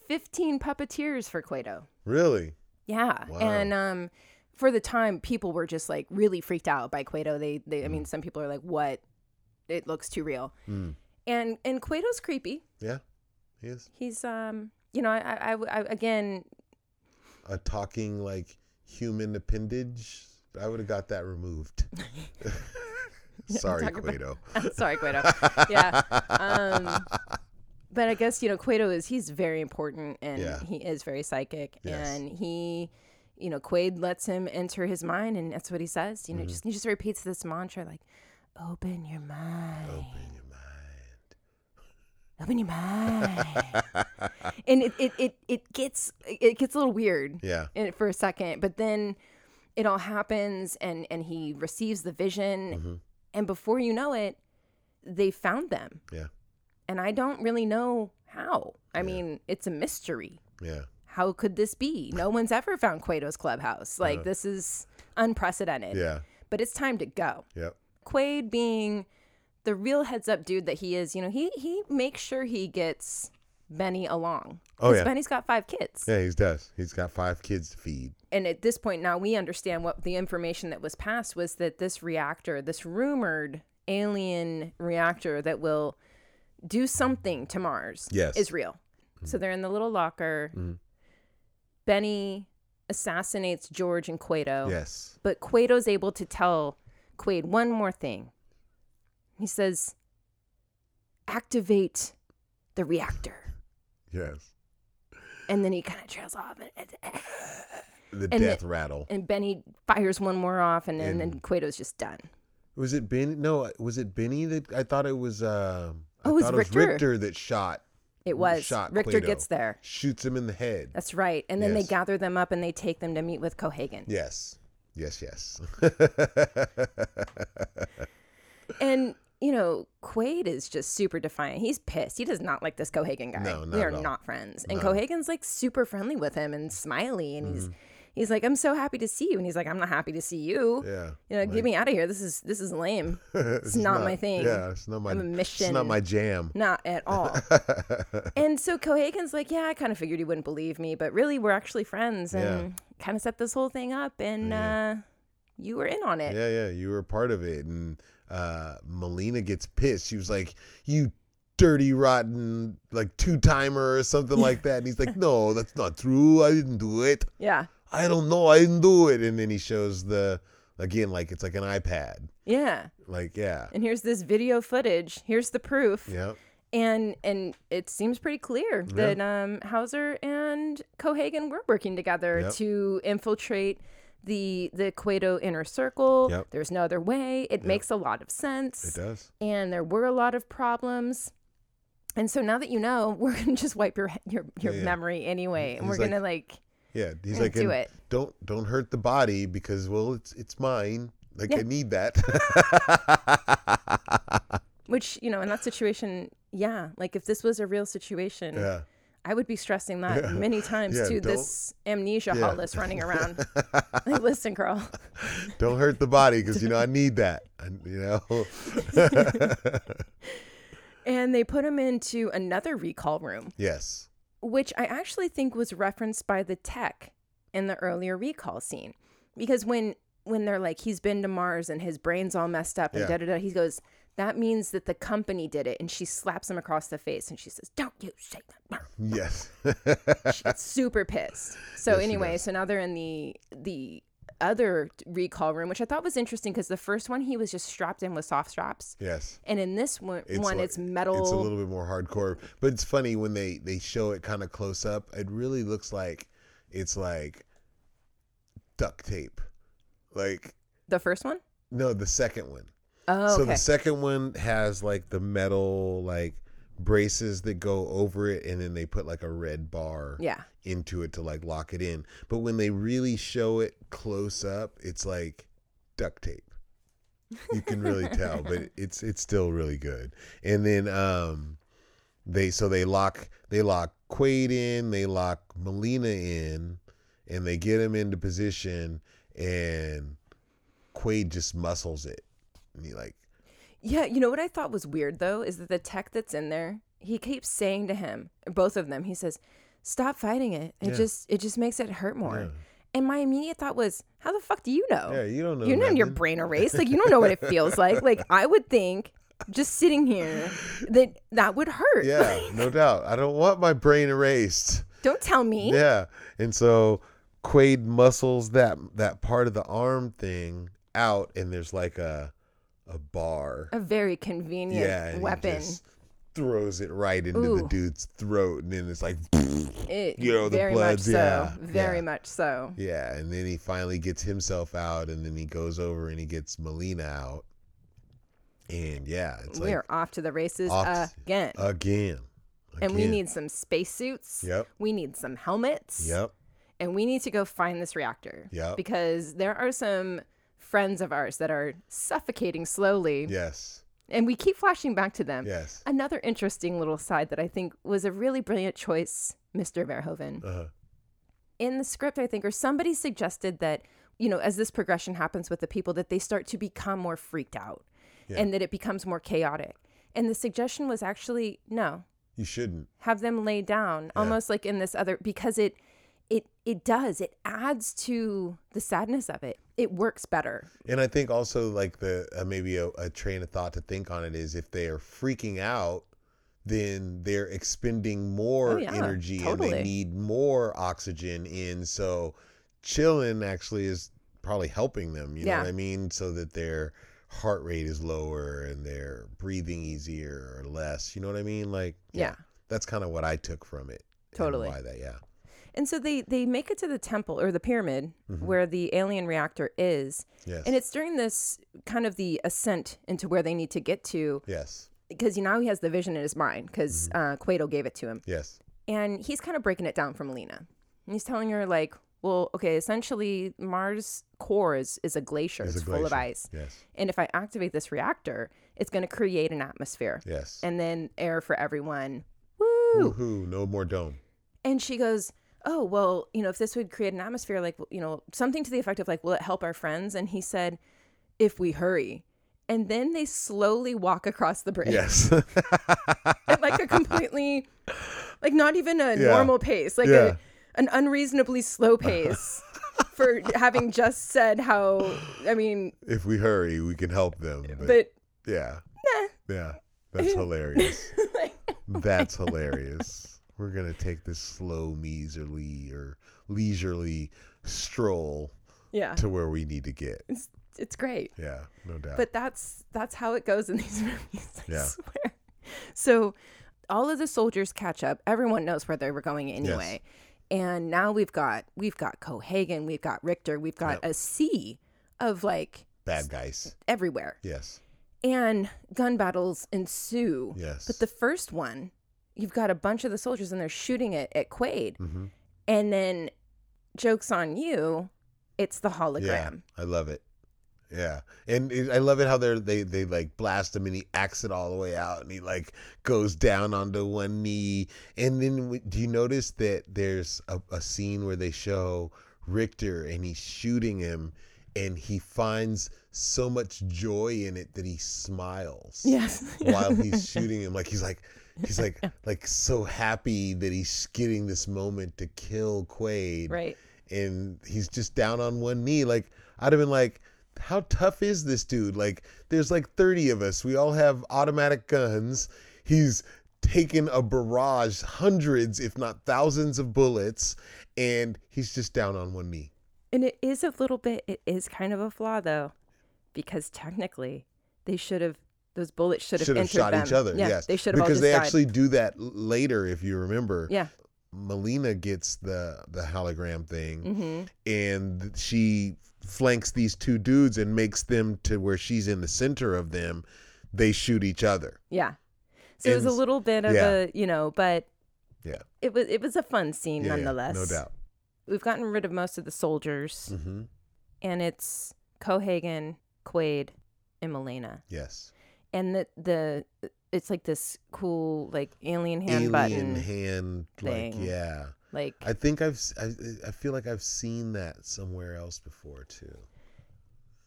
Speaker 2: 15 puppeteers for Clado.
Speaker 1: Really?
Speaker 2: Yeah.
Speaker 1: Wow.
Speaker 2: And um for the time people were just like really freaked out by Quato. They they I mean some people are like what it looks too real.
Speaker 1: Mm.
Speaker 2: And and Quato's creepy.
Speaker 1: Yeah. He is
Speaker 2: He's um you know, I I, I- I again
Speaker 1: a talking, like, human appendage. I would have got that removed. Sorry,
Speaker 2: talk about-
Speaker 1: Quato.
Speaker 2: sorry Quato. yeah. Um but I guess you know Quato is he's very important and
Speaker 1: Yeah.
Speaker 2: he is very psychic
Speaker 1: Yes.
Speaker 2: and he you know Quaid lets him enter his mind and that's what he says you
Speaker 1: Mm-hmm.
Speaker 2: know just he just repeats this mantra like open your mind
Speaker 1: Open your mind.
Speaker 2: open your mind and it, it, it, it gets it gets a little weird
Speaker 1: Yeah.
Speaker 2: in for a second but then it all happens and and he receives the vision
Speaker 1: Mm-hmm.
Speaker 2: and before you know it they found them
Speaker 1: Yeah.
Speaker 2: and i don't really know how i
Speaker 1: Yeah.
Speaker 2: mean it's a mystery
Speaker 1: Yeah.
Speaker 2: how could this be no one's ever found quado's clubhouse like
Speaker 1: Uh.
Speaker 2: this is unprecedented
Speaker 1: Yeah.
Speaker 2: but it's time to go
Speaker 1: Yep.
Speaker 2: Quaid being the real heads up dude that he is, you know, he he makes sure he gets Benny along.
Speaker 1: Oh,
Speaker 2: 'Cause
Speaker 1: yeah.
Speaker 2: Benny's got five kids.
Speaker 1: Yeah, he does. He's got five kids to feed.
Speaker 2: And at this point now we understand what the information that was passed was that this reactor, this rumored alien reactor that will do something to Mars
Speaker 1: Yes.
Speaker 2: is real. So they're in the little locker.
Speaker 1: Mhm.
Speaker 2: Benny assassinates George and Quato.
Speaker 1: Yes.
Speaker 2: But Quato's able to tell Quaid one more thing. He says, activate the reactor.
Speaker 1: Yes.
Speaker 2: And then he kind of trails off. And,
Speaker 1: The
Speaker 2: the-
Speaker 1: death rattle.
Speaker 2: and Benny fires one more off, and, then
Speaker 1: And-
Speaker 2: then Quato's just done.
Speaker 1: Was it Benny? No, was it Benny that I thought it was uh I
Speaker 2: Oh, it was
Speaker 1: thought
Speaker 2: Richter.
Speaker 1: Richter that shot
Speaker 2: It was.
Speaker 1: Mm, shot
Speaker 2: Richter
Speaker 1: Quato.
Speaker 2: gets there.
Speaker 1: shoots him in the head.
Speaker 2: That's right. And then
Speaker 1: Yes.
Speaker 2: they gather them up and they take them to meet with Cohagen.
Speaker 1: Yes. Yes, yes.
Speaker 2: And, you know, Quaid is just super defiant. He's pissed. He does not like this Cohagen guy.
Speaker 1: No, not
Speaker 2: we are
Speaker 1: at all.
Speaker 2: not friends. And Cohagen's like super friendly with him and smiley. And
Speaker 1: Mm-hmm.
Speaker 2: he's he's like, I'm so happy to see you. And he's like, I'm not happy to see you.
Speaker 1: yeah.
Speaker 2: You know, get me out of here. This is this is lame.
Speaker 1: it's,
Speaker 2: not my thing.
Speaker 1: Yeah, it's not my
Speaker 2: I'm a
Speaker 1: It's
Speaker 2: mission.
Speaker 1: not my jam.
Speaker 2: Not at all. and so Cohagen's like, yeah, I kind of figured you wouldn't believe me, but really, we're actually friends and kind of set this whole thing up. And uh, you were in on it.
Speaker 1: Yeah, yeah, you were a part of it. And uh, Melina gets pissed. She was like, "You dirty, rotten, like two timer or something like that." And he's like, "No, that's not true. I didn't do it.
Speaker 2: Yeah.
Speaker 1: I don't know. I didn't do it." And then he shows the again, like it's like an iPad.
Speaker 2: Yeah.
Speaker 1: Like, yeah,
Speaker 2: And here's this video footage. Here's the proof.
Speaker 1: yeah,
Speaker 2: and and it seems pretty clear that um, Hauser and Cohagen were working together
Speaker 1: Yep.
Speaker 2: to infiltrate the the Cueto inner circle.
Speaker 1: Yep.
Speaker 2: There's no other way. It makes a lot of
Speaker 1: it
Speaker 2: sense,
Speaker 1: does.
Speaker 2: and there were a lot of problems. And so now that you know, we're gonna just wipe your your your
Speaker 1: Yeah, yeah.
Speaker 2: memory anyway, and
Speaker 1: He's
Speaker 2: we're
Speaker 1: like-
Speaker 2: gonna like
Speaker 1: Yeah, he's
Speaker 2: Yeah,
Speaker 1: like,
Speaker 2: do
Speaker 1: "And
Speaker 2: it."
Speaker 1: Don't don't hurt the body because well, it's it's mine. Like
Speaker 2: Yeah.
Speaker 1: I need that.
Speaker 2: which you know in that situation, yeah, like if this was a real situation,
Speaker 1: yeah.
Speaker 2: I would be stressing that many times
Speaker 1: Yeah,
Speaker 2: to
Speaker 1: don't-
Speaker 2: this amnesia
Speaker 1: Yeah.
Speaker 2: heartless running around. like, listen, girl.
Speaker 1: Don't hurt the body because you know I need that. I, you know,
Speaker 2: And they put him into another recall room,
Speaker 1: yes,
Speaker 2: which I actually think was referenced by the tech in the earlier recall scene. Because when when they're like, he's been to Mars and his brain's all messed up and
Speaker 1: Yeah.
Speaker 2: da da da, he goes, That means that the company did it. And she slaps him across the face and she says, Don't you say that.
Speaker 1: yes,
Speaker 2: She gets super pissed. So
Speaker 1: Yes, she
Speaker 2: anyway, so now they're in the the other recall room, which I thought was interesting because the first one he was just strapped in with soft straps.
Speaker 1: yes.
Speaker 2: And in this one, one
Speaker 1: like-
Speaker 2: it's metal.
Speaker 1: It's a little bit more hardcore, but it's funny when they they show it kind of close up. It really looks like it's like duct tape. Like
Speaker 2: the first one?
Speaker 1: no, the second one.
Speaker 2: Oh,
Speaker 1: So
Speaker 2: okay.
Speaker 1: the second one has like the metal like braces that go over it, and then they put like a red bar.
Speaker 2: yeah.
Speaker 1: into it to like lock it in. But when they really show it close up, it's like duct tape. You can really tell, but it's it's still really good. And then um They so they lock they lock Quaid in, they lock Molina in, and they get him into position, and Quaid just muscles it, and he like
Speaker 2: Yeah, you know what I thought was weird though is that the tech that's in there, he keeps saying to him, both of them, he says, "Stop fighting it. It
Speaker 1: Yeah.
Speaker 2: just it just makes it hurt more."
Speaker 1: Yeah.
Speaker 2: And my immediate thought was, "How the fuck do you know?"
Speaker 1: yeah you don't know
Speaker 2: Oh. you know your
Speaker 1: nothing."
Speaker 2: brain erased like you don't know what it feels like like i would think just sitting here that that would hurt
Speaker 1: yeah no doubt I don't want my brain erased
Speaker 2: don't tell me
Speaker 1: Yeah, and so Quaid muscles that that part of the arm thing out, and there's like a a bar.
Speaker 2: a very convenient
Speaker 1: yeah, and he
Speaker 2: weapon
Speaker 1: just throws it right into the
Speaker 2: Ooh.
Speaker 1: dude's throat, and then it's like,
Speaker 2: It-
Speaker 1: you know, the
Speaker 2: very
Speaker 1: bloods,
Speaker 2: much so
Speaker 1: yeah,
Speaker 2: very
Speaker 1: yeah.
Speaker 2: much so
Speaker 1: yeah, and then he finally gets himself out, and then he goes over and he gets Melina out, and yeah, it's
Speaker 2: we
Speaker 1: like
Speaker 2: are off to the races
Speaker 1: off to-
Speaker 2: again
Speaker 1: again,
Speaker 2: and we
Speaker 1: again.
Speaker 2: need some spacesuits
Speaker 1: Yep.
Speaker 2: we need some helmets
Speaker 1: Yep.
Speaker 2: and we need to go find this reactor
Speaker 1: Yep.
Speaker 2: because there are some friends of ours that are suffocating slowly
Speaker 1: Yes.
Speaker 2: and we keep flashing back to them
Speaker 1: Yes.
Speaker 2: Another interesting little side that I think was a really brilliant choice, Mr. Verhoeven.
Speaker 1: Uh-huh.
Speaker 2: In the script, I think, or somebody suggested that, you know, as this progression happens with the people, that they start to become more freaked out
Speaker 1: Yeah.
Speaker 2: and that it becomes more chaotic. And the suggestion was actually, no,
Speaker 1: You shouldn't.
Speaker 2: have them lay down, almost like in this other, because it, it, it does, it adds to the sadness of it. It works better.
Speaker 1: And I think also like the uh, maybe a, a train of thought to think on it is if they are freaking out, then they're expending more
Speaker 2: Oh, yeah,
Speaker 1: energy and they
Speaker 2: totally.
Speaker 1: need more oxygen in. So chilling actually is probably helping them. You know
Speaker 2: Yeah.
Speaker 1: what I mean? So that their heart rate is lower and they're breathing easier or less. You know what I mean? Like
Speaker 2: Yeah.
Speaker 1: that's kind of what I took from it. and
Speaker 2: Totally.
Speaker 1: Why that? Yeah.
Speaker 2: And so they, they make it to the temple or the pyramid
Speaker 1: Mm-hmm.
Speaker 2: where the alien reactor is.
Speaker 1: Yes.
Speaker 2: And it's during this kind of the ascent into where they need to get to,
Speaker 1: yes.
Speaker 2: because you know he has the vision in his mind, because
Speaker 1: Mm-hmm.
Speaker 2: uh, Cueto gave it to him,
Speaker 1: Yes.
Speaker 2: and he's kind of breaking it down from Lena. And he's telling her like, well, okay, essentially Mars core is is a glacier,
Speaker 1: It's
Speaker 2: it's,
Speaker 1: a
Speaker 2: full of
Speaker 1: glacier.
Speaker 2: ice,
Speaker 1: Yes.
Speaker 2: and if I activate this reactor, it's going to create an atmosphere,
Speaker 1: Yes.
Speaker 2: and then air for everyone. Woo!
Speaker 1: Woohoo! No more dome.
Speaker 2: And she goes, Oh, well, you know, if this would create an atmosphere, like, you know, something to the effect of, like, will it help our friends? And he said, If we hurry. And then they slowly walk across the bridge
Speaker 1: Yes.
Speaker 2: at like a completely, like, not even a
Speaker 1: Yeah.
Speaker 2: normal pace, like
Speaker 1: Yeah.
Speaker 2: a, an unreasonably slow pace for having just said how, I mean,
Speaker 1: if we hurry, we can help them. But,
Speaker 2: but
Speaker 1: yeah, yeah, that's hilarious.
Speaker 2: like,
Speaker 1: That's hilarious. We're gonna take this slow, measerly, or leisurely stroll
Speaker 2: yeah,
Speaker 1: to where we need to get.
Speaker 2: it's, it's great.
Speaker 1: Yeah, no doubt.
Speaker 2: but that's that's how it goes in these movies. I
Speaker 1: Yeah.
Speaker 2: swear. So all of the soldiers catch up. Everyone knows where they were going anyway. And now we've got we've got Cohagen, we've got Richter, we've got a sea of like
Speaker 1: Bad guys.
Speaker 2: everywhere.
Speaker 1: Yes,
Speaker 2: And gun battles ensue.
Speaker 1: yes.
Speaker 2: But the first one, you've got a bunch of the soldiers and they're shooting it at Quaid.
Speaker 1: Mhm.
Speaker 2: And then jokes on you, it's the
Speaker 1: yeah,
Speaker 2: hologram.
Speaker 1: I love it. Yeah, and it, I love it how they're they they like blast him and he acts it all the way out and he like goes down onto one knee and then w- do you notice that there's a, a scene where they show Richter and he's shooting him and he finds so much joy in it that he smiles
Speaker 2: Yes.
Speaker 1: while he's shooting him like he's like he's like like so happy that he's getting this moment to kill Quaid
Speaker 2: right.
Speaker 1: and he's just down on one knee. Like I'd have been like, how tough is this dude? Like there's like 30 of us. We all have automatic guns. He's taken a barrage, hundreds, if not thousands of bullets, and he's just down on one knee.
Speaker 2: And it is a little bit, it is kind of a flaw though, because technically they should have, those bullets should have
Speaker 1: Should have
Speaker 2: entered
Speaker 1: shot
Speaker 2: them.
Speaker 1: each other.
Speaker 2: Yeah,
Speaker 1: yes,
Speaker 2: they should have all
Speaker 1: because
Speaker 2: just
Speaker 1: they
Speaker 2: died.
Speaker 1: actually do that l- later, if you remember.
Speaker 2: Yeah.
Speaker 1: Melina gets the the hologram thing,
Speaker 2: hmm
Speaker 1: and she flanks these two dudes and makes them to where she's in the center of them. They shoot each other.
Speaker 2: Yeah. So it was a
Speaker 1: Ins-
Speaker 2: little bit of
Speaker 1: yeah.
Speaker 2: a, you know, but
Speaker 1: Yeah.
Speaker 2: it was it was a fun scene
Speaker 1: Yeah, yeah,
Speaker 2: nonetheless.
Speaker 1: no doubt.
Speaker 2: We've gotten rid of most of the soldiers,
Speaker 1: hmm
Speaker 2: and it's Cohagen, Quaid, and Melina,
Speaker 1: Yes.
Speaker 2: and the the it's like this cool like alien hand
Speaker 1: alien
Speaker 2: button.
Speaker 1: hand,
Speaker 2: thing.
Speaker 1: like yeah.
Speaker 2: Like
Speaker 1: I think I've s- I, I feel like I've seen that somewhere else before too.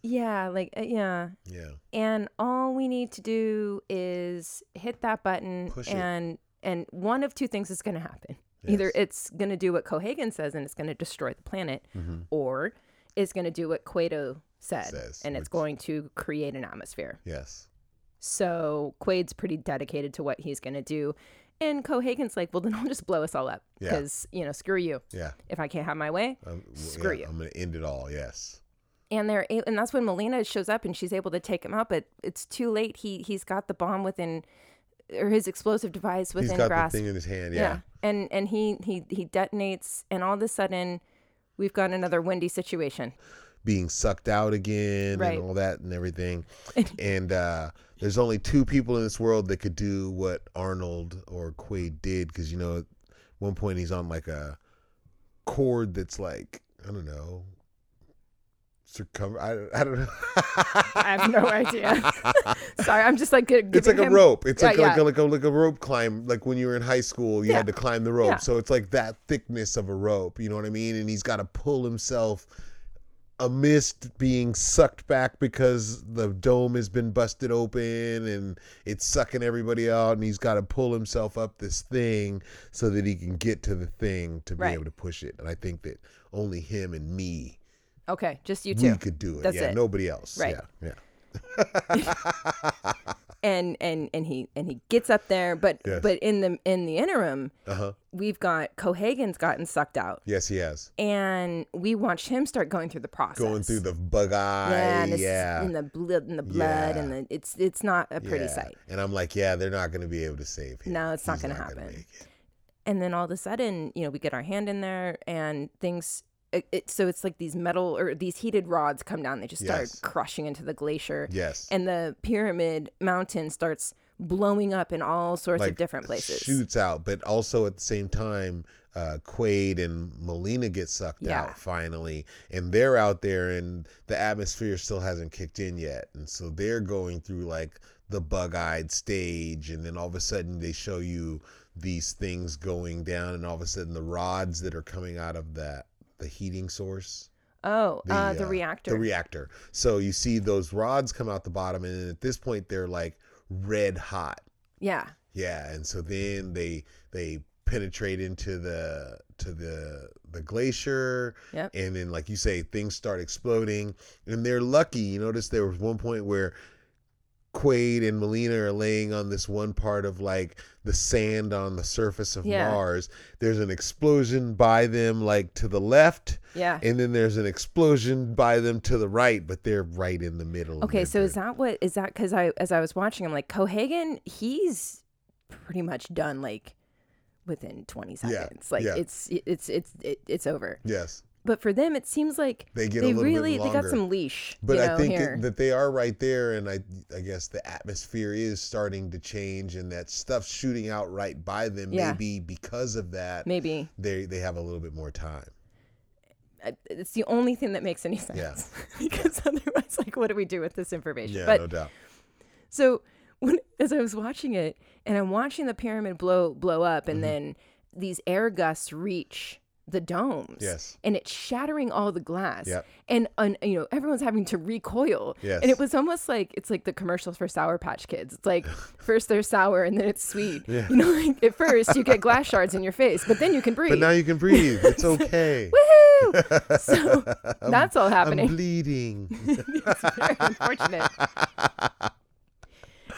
Speaker 2: yeah, like uh, yeah.
Speaker 1: Yeah,
Speaker 2: And all we need to do is hit that button
Speaker 1: Push it.
Speaker 2: and and one of two things is going to happen. Either
Speaker 1: Yes.
Speaker 2: it's going to do what Cohagen says and it's going to destroy the planet
Speaker 1: Mm-hmm.
Speaker 2: or it's going to do what Quato said
Speaker 1: Says,
Speaker 2: and it's
Speaker 1: which-
Speaker 2: going to create an atmosphere.
Speaker 1: yes,
Speaker 2: So Quaid's pretty dedicated to what he's going to do. And Cohagen's like, well, then I'll just blow us all up
Speaker 1: Yeah.
Speaker 2: because, you know, screw you.
Speaker 1: yeah.
Speaker 2: If I can't have my way.
Speaker 1: I'm, w-
Speaker 2: Screw
Speaker 1: yeah,
Speaker 2: you.
Speaker 1: I'm gonna end it all. Yes,
Speaker 2: And they're, a- and that's when Melina shows up and she's able to take him out, but it's too late. He, he's got the bomb within, or his explosive device within
Speaker 1: he's got
Speaker 2: grasp.
Speaker 1: the thing in his hand.
Speaker 2: yeah.
Speaker 1: Yeah,
Speaker 2: And, and he, he, he detonates. And all of a sudden, we've got another windy situation.
Speaker 1: being sucked out again
Speaker 2: Right.
Speaker 1: and all that and everything. and uh, there's only two people in this world that could do what Arnold or Quaid did because you know, at one point he's on like a cord that's like I don't know. Circum- I, I don't know.
Speaker 2: I have no idea. Sorry. I'm just like, gi- giving
Speaker 1: it's like a
Speaker 2: him-
Speaker 1: rope. It's
Speaker 2: Yeah,
Speaker 1: like, like,
Speaker 2: yeah.
Speaker 1: a, like a like a rope climb. Like when you were in high school, you
Speaker 2: Yeah.
Speaker 1: had to climb the rope.
Speaker 2: Yeah.
Speaker 1: So it's like that thickness of a rope. You know what I mean? And he's got to pull himself amidst being sucked back because the dome has been busted open and it's sucking everybody out. And he's got to pull himself up this thing so that he can get to the thing to be
Speaker 2: Right.
Speaker 1: able to push it. And I think that only him and me
Speaker 2: Okay. Just you
Speaker 1: we
Speaker 2: two.
Speaker 1: could do it.
Speaker 2: That's
Speaker 1: yeah,
Speaker 2: it.
Speaker 1: nobody else.
Speaker 2: Right.
Speaker 1: Yeah, yeah.
Speaker 2: and and and he and he gets up there but
Speaker 1: Yes.
Speaker 2: but in the in the interim
Speaker 1: Uh huh.
Speaker 2: we've got cohagen's gotten sucked out
Speaker 1: Yes, he has.
Speaker 2: and we watch him start going through the process
Speaker 1: going through the bug eye.
Speaker 2: yeah,
Speaker 1: Yeah,
Speaker 2: and it's in the blood and the blood and the, it's it's not a pretty
Speaker 1: yeah.
Speaker 2: sight
Speaker 1: And I'm like, yeah, they're not going to be able to save him.
Speaker 2: No, it's not
Speaker 1: He's
Speaker 2: gonna
Speaker 1: gonna
Speaker 2: happen.
Speaker 1: make it.
Speaker 2: and then all of a sudden you know we get our hand in there and things it, it, so it's like these metal or these heated rods come down they just start
Speaker 1: Yes.
Speaker 2: crushing into the glacier
Speaker 1: Yes.
Speaker 2: and the pyramid mountain starts blowing up in all sorts
Speaker 1: like
Speaker 2: of different places
Speaker 1: shoots out, but also at the same time, uh, Quaid and Molina get sucked
Speaker 2: Yeah.
Speaker 1: out finally, and they're out there, and the atmosphere still hasn't kicked in yet, and so they're going through like the bug-eyed stage, and then all of a sudden they show you these things going down, and all of a sudden the rods that are coming out of that the heating source.
Speaker 2: oh uh, the
Speaker 1: uh,
Speaker 2: reactor
Speaker 1: The reactor. So you see those rods come out the bottom, and then at this point they're like red hot.
Speaker 2: yeah
Speaker 1: Yeah, and so then they they penetrate into the to the the glacier,
Speaker 2: Yep.
Speaker 1: and then like you say, things start exploding, and they're lucky. You notice there was one point where. Quaid and Melina are laying on this one part of like the sand on the surface of
Speaker 2: Yeah.
Speaker 1: Mars. There's an explosion by them, like to the left,
Speaker 2: Yeah.
Speaker 1: and then there's an explosion by them to the right, but they're right in the middle. and
Speaker 2: Okay,
Speaker 1: they're
Speaker 2: so is
Speaker 1: very-
Speaker 2: that what is that because I as I was watching, I'm like, Cohagen, he's pretty much done like within 20
Speaker 1: Yeah,
Speaker 2: seconds. Like
Speaker 1: yeah.
Speaker 2: it's it's it's it, it's over.
Speaker 1: yes,
Speaker 2: But for them, it seems like
Speaker 1: They get a
Speaker 2: they
Speaker 1: little bit
Speaker 2: really they got
Speaker 1: longer.
Speaker 2: some leash.
Speaker 1: but
Speaker 2: you know,
Speaker 1: I think
Speaker 2: here.
Speaker 1: it, that they are right there, and I I guess the atmosphere is starting to change, and that stuff shooting out right by them
Speaker 2: Yeah.
Speaker 1: maybe because of that
Speaker 2: maybe
Speaker 1: they they have a little bit more time.
Speaker 2: I- it's the only thing that makes any sense
Speaker 1: Yeah.
Speaker 2: because otherwise, like, what do we do with this information?
Speaker 1: Yeah,
Speaker 2: but
Speaker 1: no doubt.
Speaker 2: So when as I was watching it and I'm watching the pyramid blow blow up
Speaker 1: Mm-hmm.
Speaker 2: and then these air gusts reach the domes.
Speaker 1: Yes.
Speaker 2: And it's shattering all the glass.
Speaker 1: Yep.
Speaker 2: And, and you know, everyone's having to recoil.
Speaker 1: Yes.
Speaker 2: And it was almost like it's like the commercials for Sour Patch Kids. It's like first they're sour and then it's sweet. You know, like at first you get glass shards in your face, but then you can breathe.
Speaker 1: But now you can breathe. It's okay.
Speaker 2: Woohoo! So
Speaker 1: Um,
Speaker 2: that's all
Speaker 1: I'm
Speaker 2: happening.
Speaker 1: bleeding.
Speaker 2: It's very unfortunate.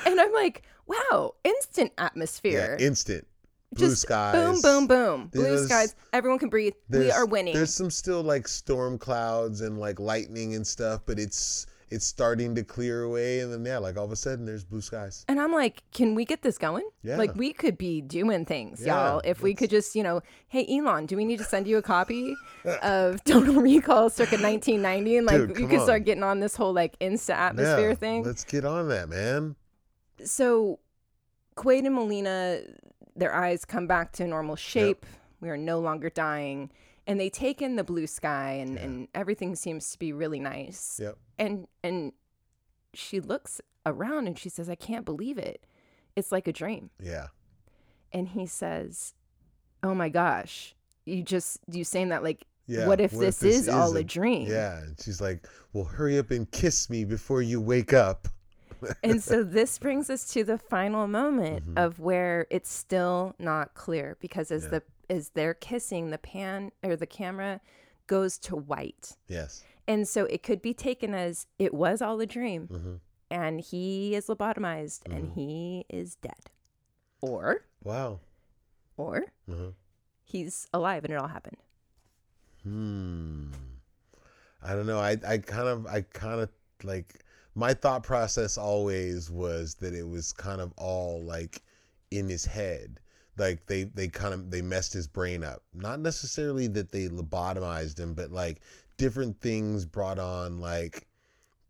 Speaker 2: and I'm like, wow, instant
Speaker 1: yeah,
Speaker 2: atmosphere.
Speaker 1: instant. Blue
Speaker 2: Just
Speaker 1: skies.
Speaker 2: Boom, boom, boom. Blue
Speaker 1: There's-
Speaker 2: skies. Everyone can breathe. We
Speaker 1: There's-
Speaker 2: are winning.
Speaker 1: There's some still like storm clouds and like lightning and stuff, but it's it's starting to clear away, and then yeah, like all of a sudden there's blue skies.
Speaker 2: And I'm like, can we get this going?
Speaker 1: Yeah.
Speaker 2: Like, we could be doing things,
Speaker 1: Yeah,
Speaker 2: y'all. If we could just, you know, hey, Elon, do we need to send you a copy of Total Recall circa 1990? And like,
Speaker 1: Dude,
Speaker 2: you
Speaker 1: come
Speaker 2: could start
Speaker 1: on.
Speaker 2: getting on this whole like insta atmosphere
Speaker 1: yeah,
Speaker 2: thing.
Speaker 1: Let's get on that, man.
Speaker 2: so Quaid and Molina, their eyes come back to normal shape. We are no longer dying. And they take in the blue sky and, and everything seems to be really nice.
Speaker 1: Yep.
Speaker 2: And and she looks around and she says, I can't believe it. It's like a dream.
Speaker 1: Yeah.
Speaker 2: And he says, Oh my gosh, you just, you saying that like,
Speaker 1: Yeah.
Speaker 2: what if this, is all a
Speaker 1: isn't?
Speaker 2: dream?
Speaker 1: Yeah. And she's like, well, hurry up and kiss me before you wake up.
Speaker 2: and so this brings us to the final moment
Speaker 1: Mhm.
Speaker 2: of where it's still not clear because as
Speaker 1: Yeah.
Speaker 2: the as they're kissing the pan or the camera goes to white
Speaker 1: Yes.
Speaker 2: and so it could be taken as it was all a dream
Speaker 1: hmm
Speaker 2: and he is lobotomized and
Speaker 1: Mhm.
Speaker 2: he is dead or
Speaker 1: Wow.
Speaker 2: or
Speaker 1: hmm
Speaker 2: he's alive and it all happened
Speaker 1: Hmm. I don't know. I, I kind of I kind of like my thought process always was that it was kind of all like in his head. Like they they kind of they messed his brain up. Not necessarily that they lobotomized him, but like different things brought on like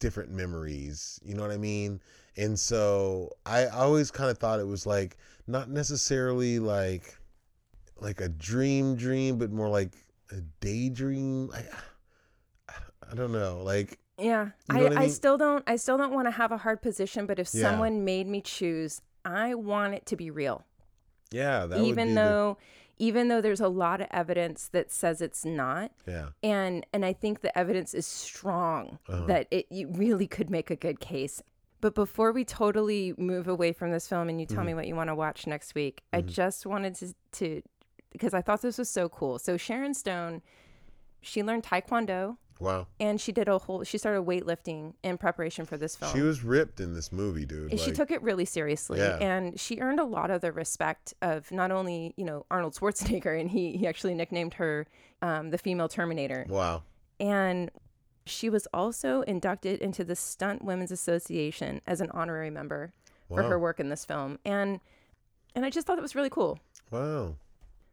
Speaker 1: different memories. You know what I mean? And so I, I always kind of thought it was like not necessarily like like a dream dream, but more like a daydream. I, I don't know. Like
Speaker 2: yeah
Speaker 1: You know
Speaker 2: I, I,
Speaker 1: what I mean?
Speaker 2: still don't i still don't want to have a hard position but if
Speaker 1: Yeah.
Speaker 2: someone made me choose i want it to be real
Speaker 1: yeah, that would be
Speaker 2: even
Speaker 1: the-
Speaker 2: though even though there's a lot of evidence that says it's not
Speaker 1: yeah,
Speaker 2: and and I think the evidence is strong
Speaker 1: Uh-huh.
Speaker 2: that it you really could make a good case. But before we totally move away from this film and you tell
Speaker 1: Mm-hmm.
Speaker 2: me what you want to watch next week, I just wanted to to because I thought this was so cool. So Sharon Stone, she learned taekwondo
Speaker 1: wow,
Speaker 2: and she did a whole she started weightlifting in preparation for this film.
Speaker 1: she was ripped in this movie, dude.
Speaker 2: she
Speaker 1: like,
Speaker 2: took it really seriously
Speaker 1: Yeah.
Speaker 2: and she earned a lot of the respect of not only you know arnold schwarzenegger and he, he actually nicknamed her um, the female terminator
Speaker 1: wow,
Speaker 2: and she was also inducted into the stunt women's association as an honorary member for
Speaker 1: Wow.
Speaker 2: her work in this film and and i just thought that was really cool
Speaker 1: wow.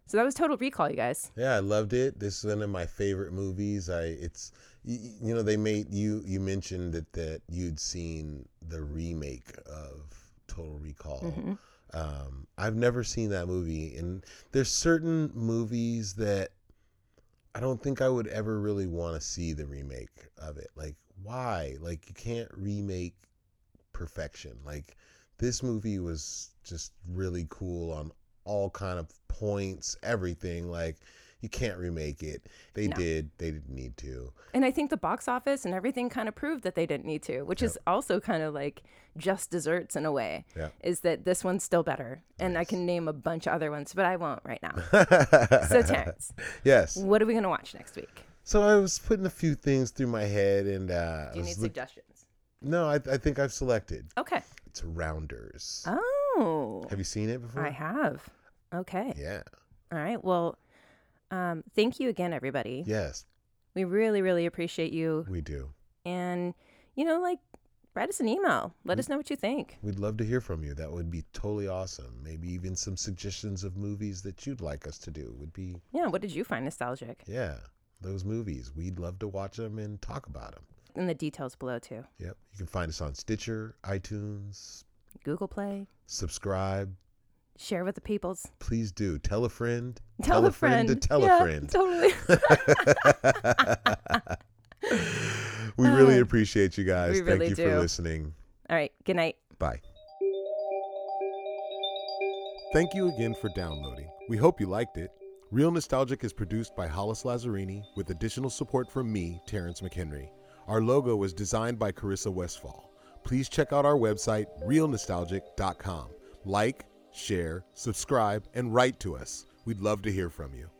Speaker 2: so that was total recall you guys
Speaker 1: Yeah, I loved it. This is one of my favorite movies. I it's y- y- you know they made you you mentioned that that you'd seen the remake of Total Recall.
Speaker 2: Mm-hmm.
Speaker 1: Um, I've never seen that movie, and there's certain movies that I don't think I would ever really want to see the remake of it. Like why? Like you can't remake perfection. Like this movie was just really cool on all kind of points, everything. Like you can't remake it. They
Speaker 2: No.
Speaker 1: did. They didn't need to.
Speaker 2: and i think the box office and everything kind of proved that they didn't need to which is also kind of like just desserts in a way
Speaker 1: Yeah.
Speaker 2: is that this one's still better and i can name a bunch of other ones but i won't right now so terrence
Speaker 1: yes.
Speaker 2: what are we going to watch next week
Speaker 1: So I was putting a few things through my head, and uh,
Speaker 2: do
Speaker 1: I
Speaker 2: you
Speaker 1: was
Speaker 2: need
Speaker 1: look-
Speaker 2: suggestions
Speaker 1: no, I, I think I've selected.
Speaker 2: okay
Speaker 1: It's Rounders.
Speaker 2: oh
Speaker 1: Have you seen it before?
Speaker 2: i have okay
Speaker 1: Yeah.
Speaker 2: All right. Well, um, thank you again, everybody.
Speaker 1: Yes,
Speaker 2: We really, really appreciate you.
Speaker 1: we do.
Speaker 2: And, you know, like, write us an email.
Speaker 1: Mm-hmm.
Speaker 2: Let us know what you think.
Speaker 1: We'd love to hear from you. That would be totally awesome. Maybe even some suggestions of movies that you'd like us to do would be
Speaker 2: Yeah. What did you find nostalgic?
Speaker 1: Yeah, those movies. We'd love to watch them and talk about them.
Speaker 2: And the details below, too.
Speaker 1: Yep. You can find us on Stitcher, iTunes,
Speaker 2: Google Play.
Speaker 1: subscribe.
Speaker 2: Share with the peoples.
Speaker 1: Please do. Tell a friend.
Speaker 2: Tell, a friend.
Speaker 1: to tell
Speaker 2: Yeah,
Speaker 1: a friend.
Speaker 2: Totally.
Speaker 1: we really appreciate you guys.
Speaker 2: we
Speaker 1: Thank
Speaker 2: really
Speaker 1: you
Speaker 2: do.
Speaker 1: for listening.
Speaker 2: All right. Good night.
Speaker 1: Bye.
Speaker 3: Thank you again for downloading. We hope you liked it. Real Nostalgic is produced by Hollis Lazzarini with additional support from me, Terrence McHenry. Our logo was designed by Carissa Westfall. Please check out our website, realnostalgic.com. Like, share, subscribe, and write to us. We'd love to hear from you.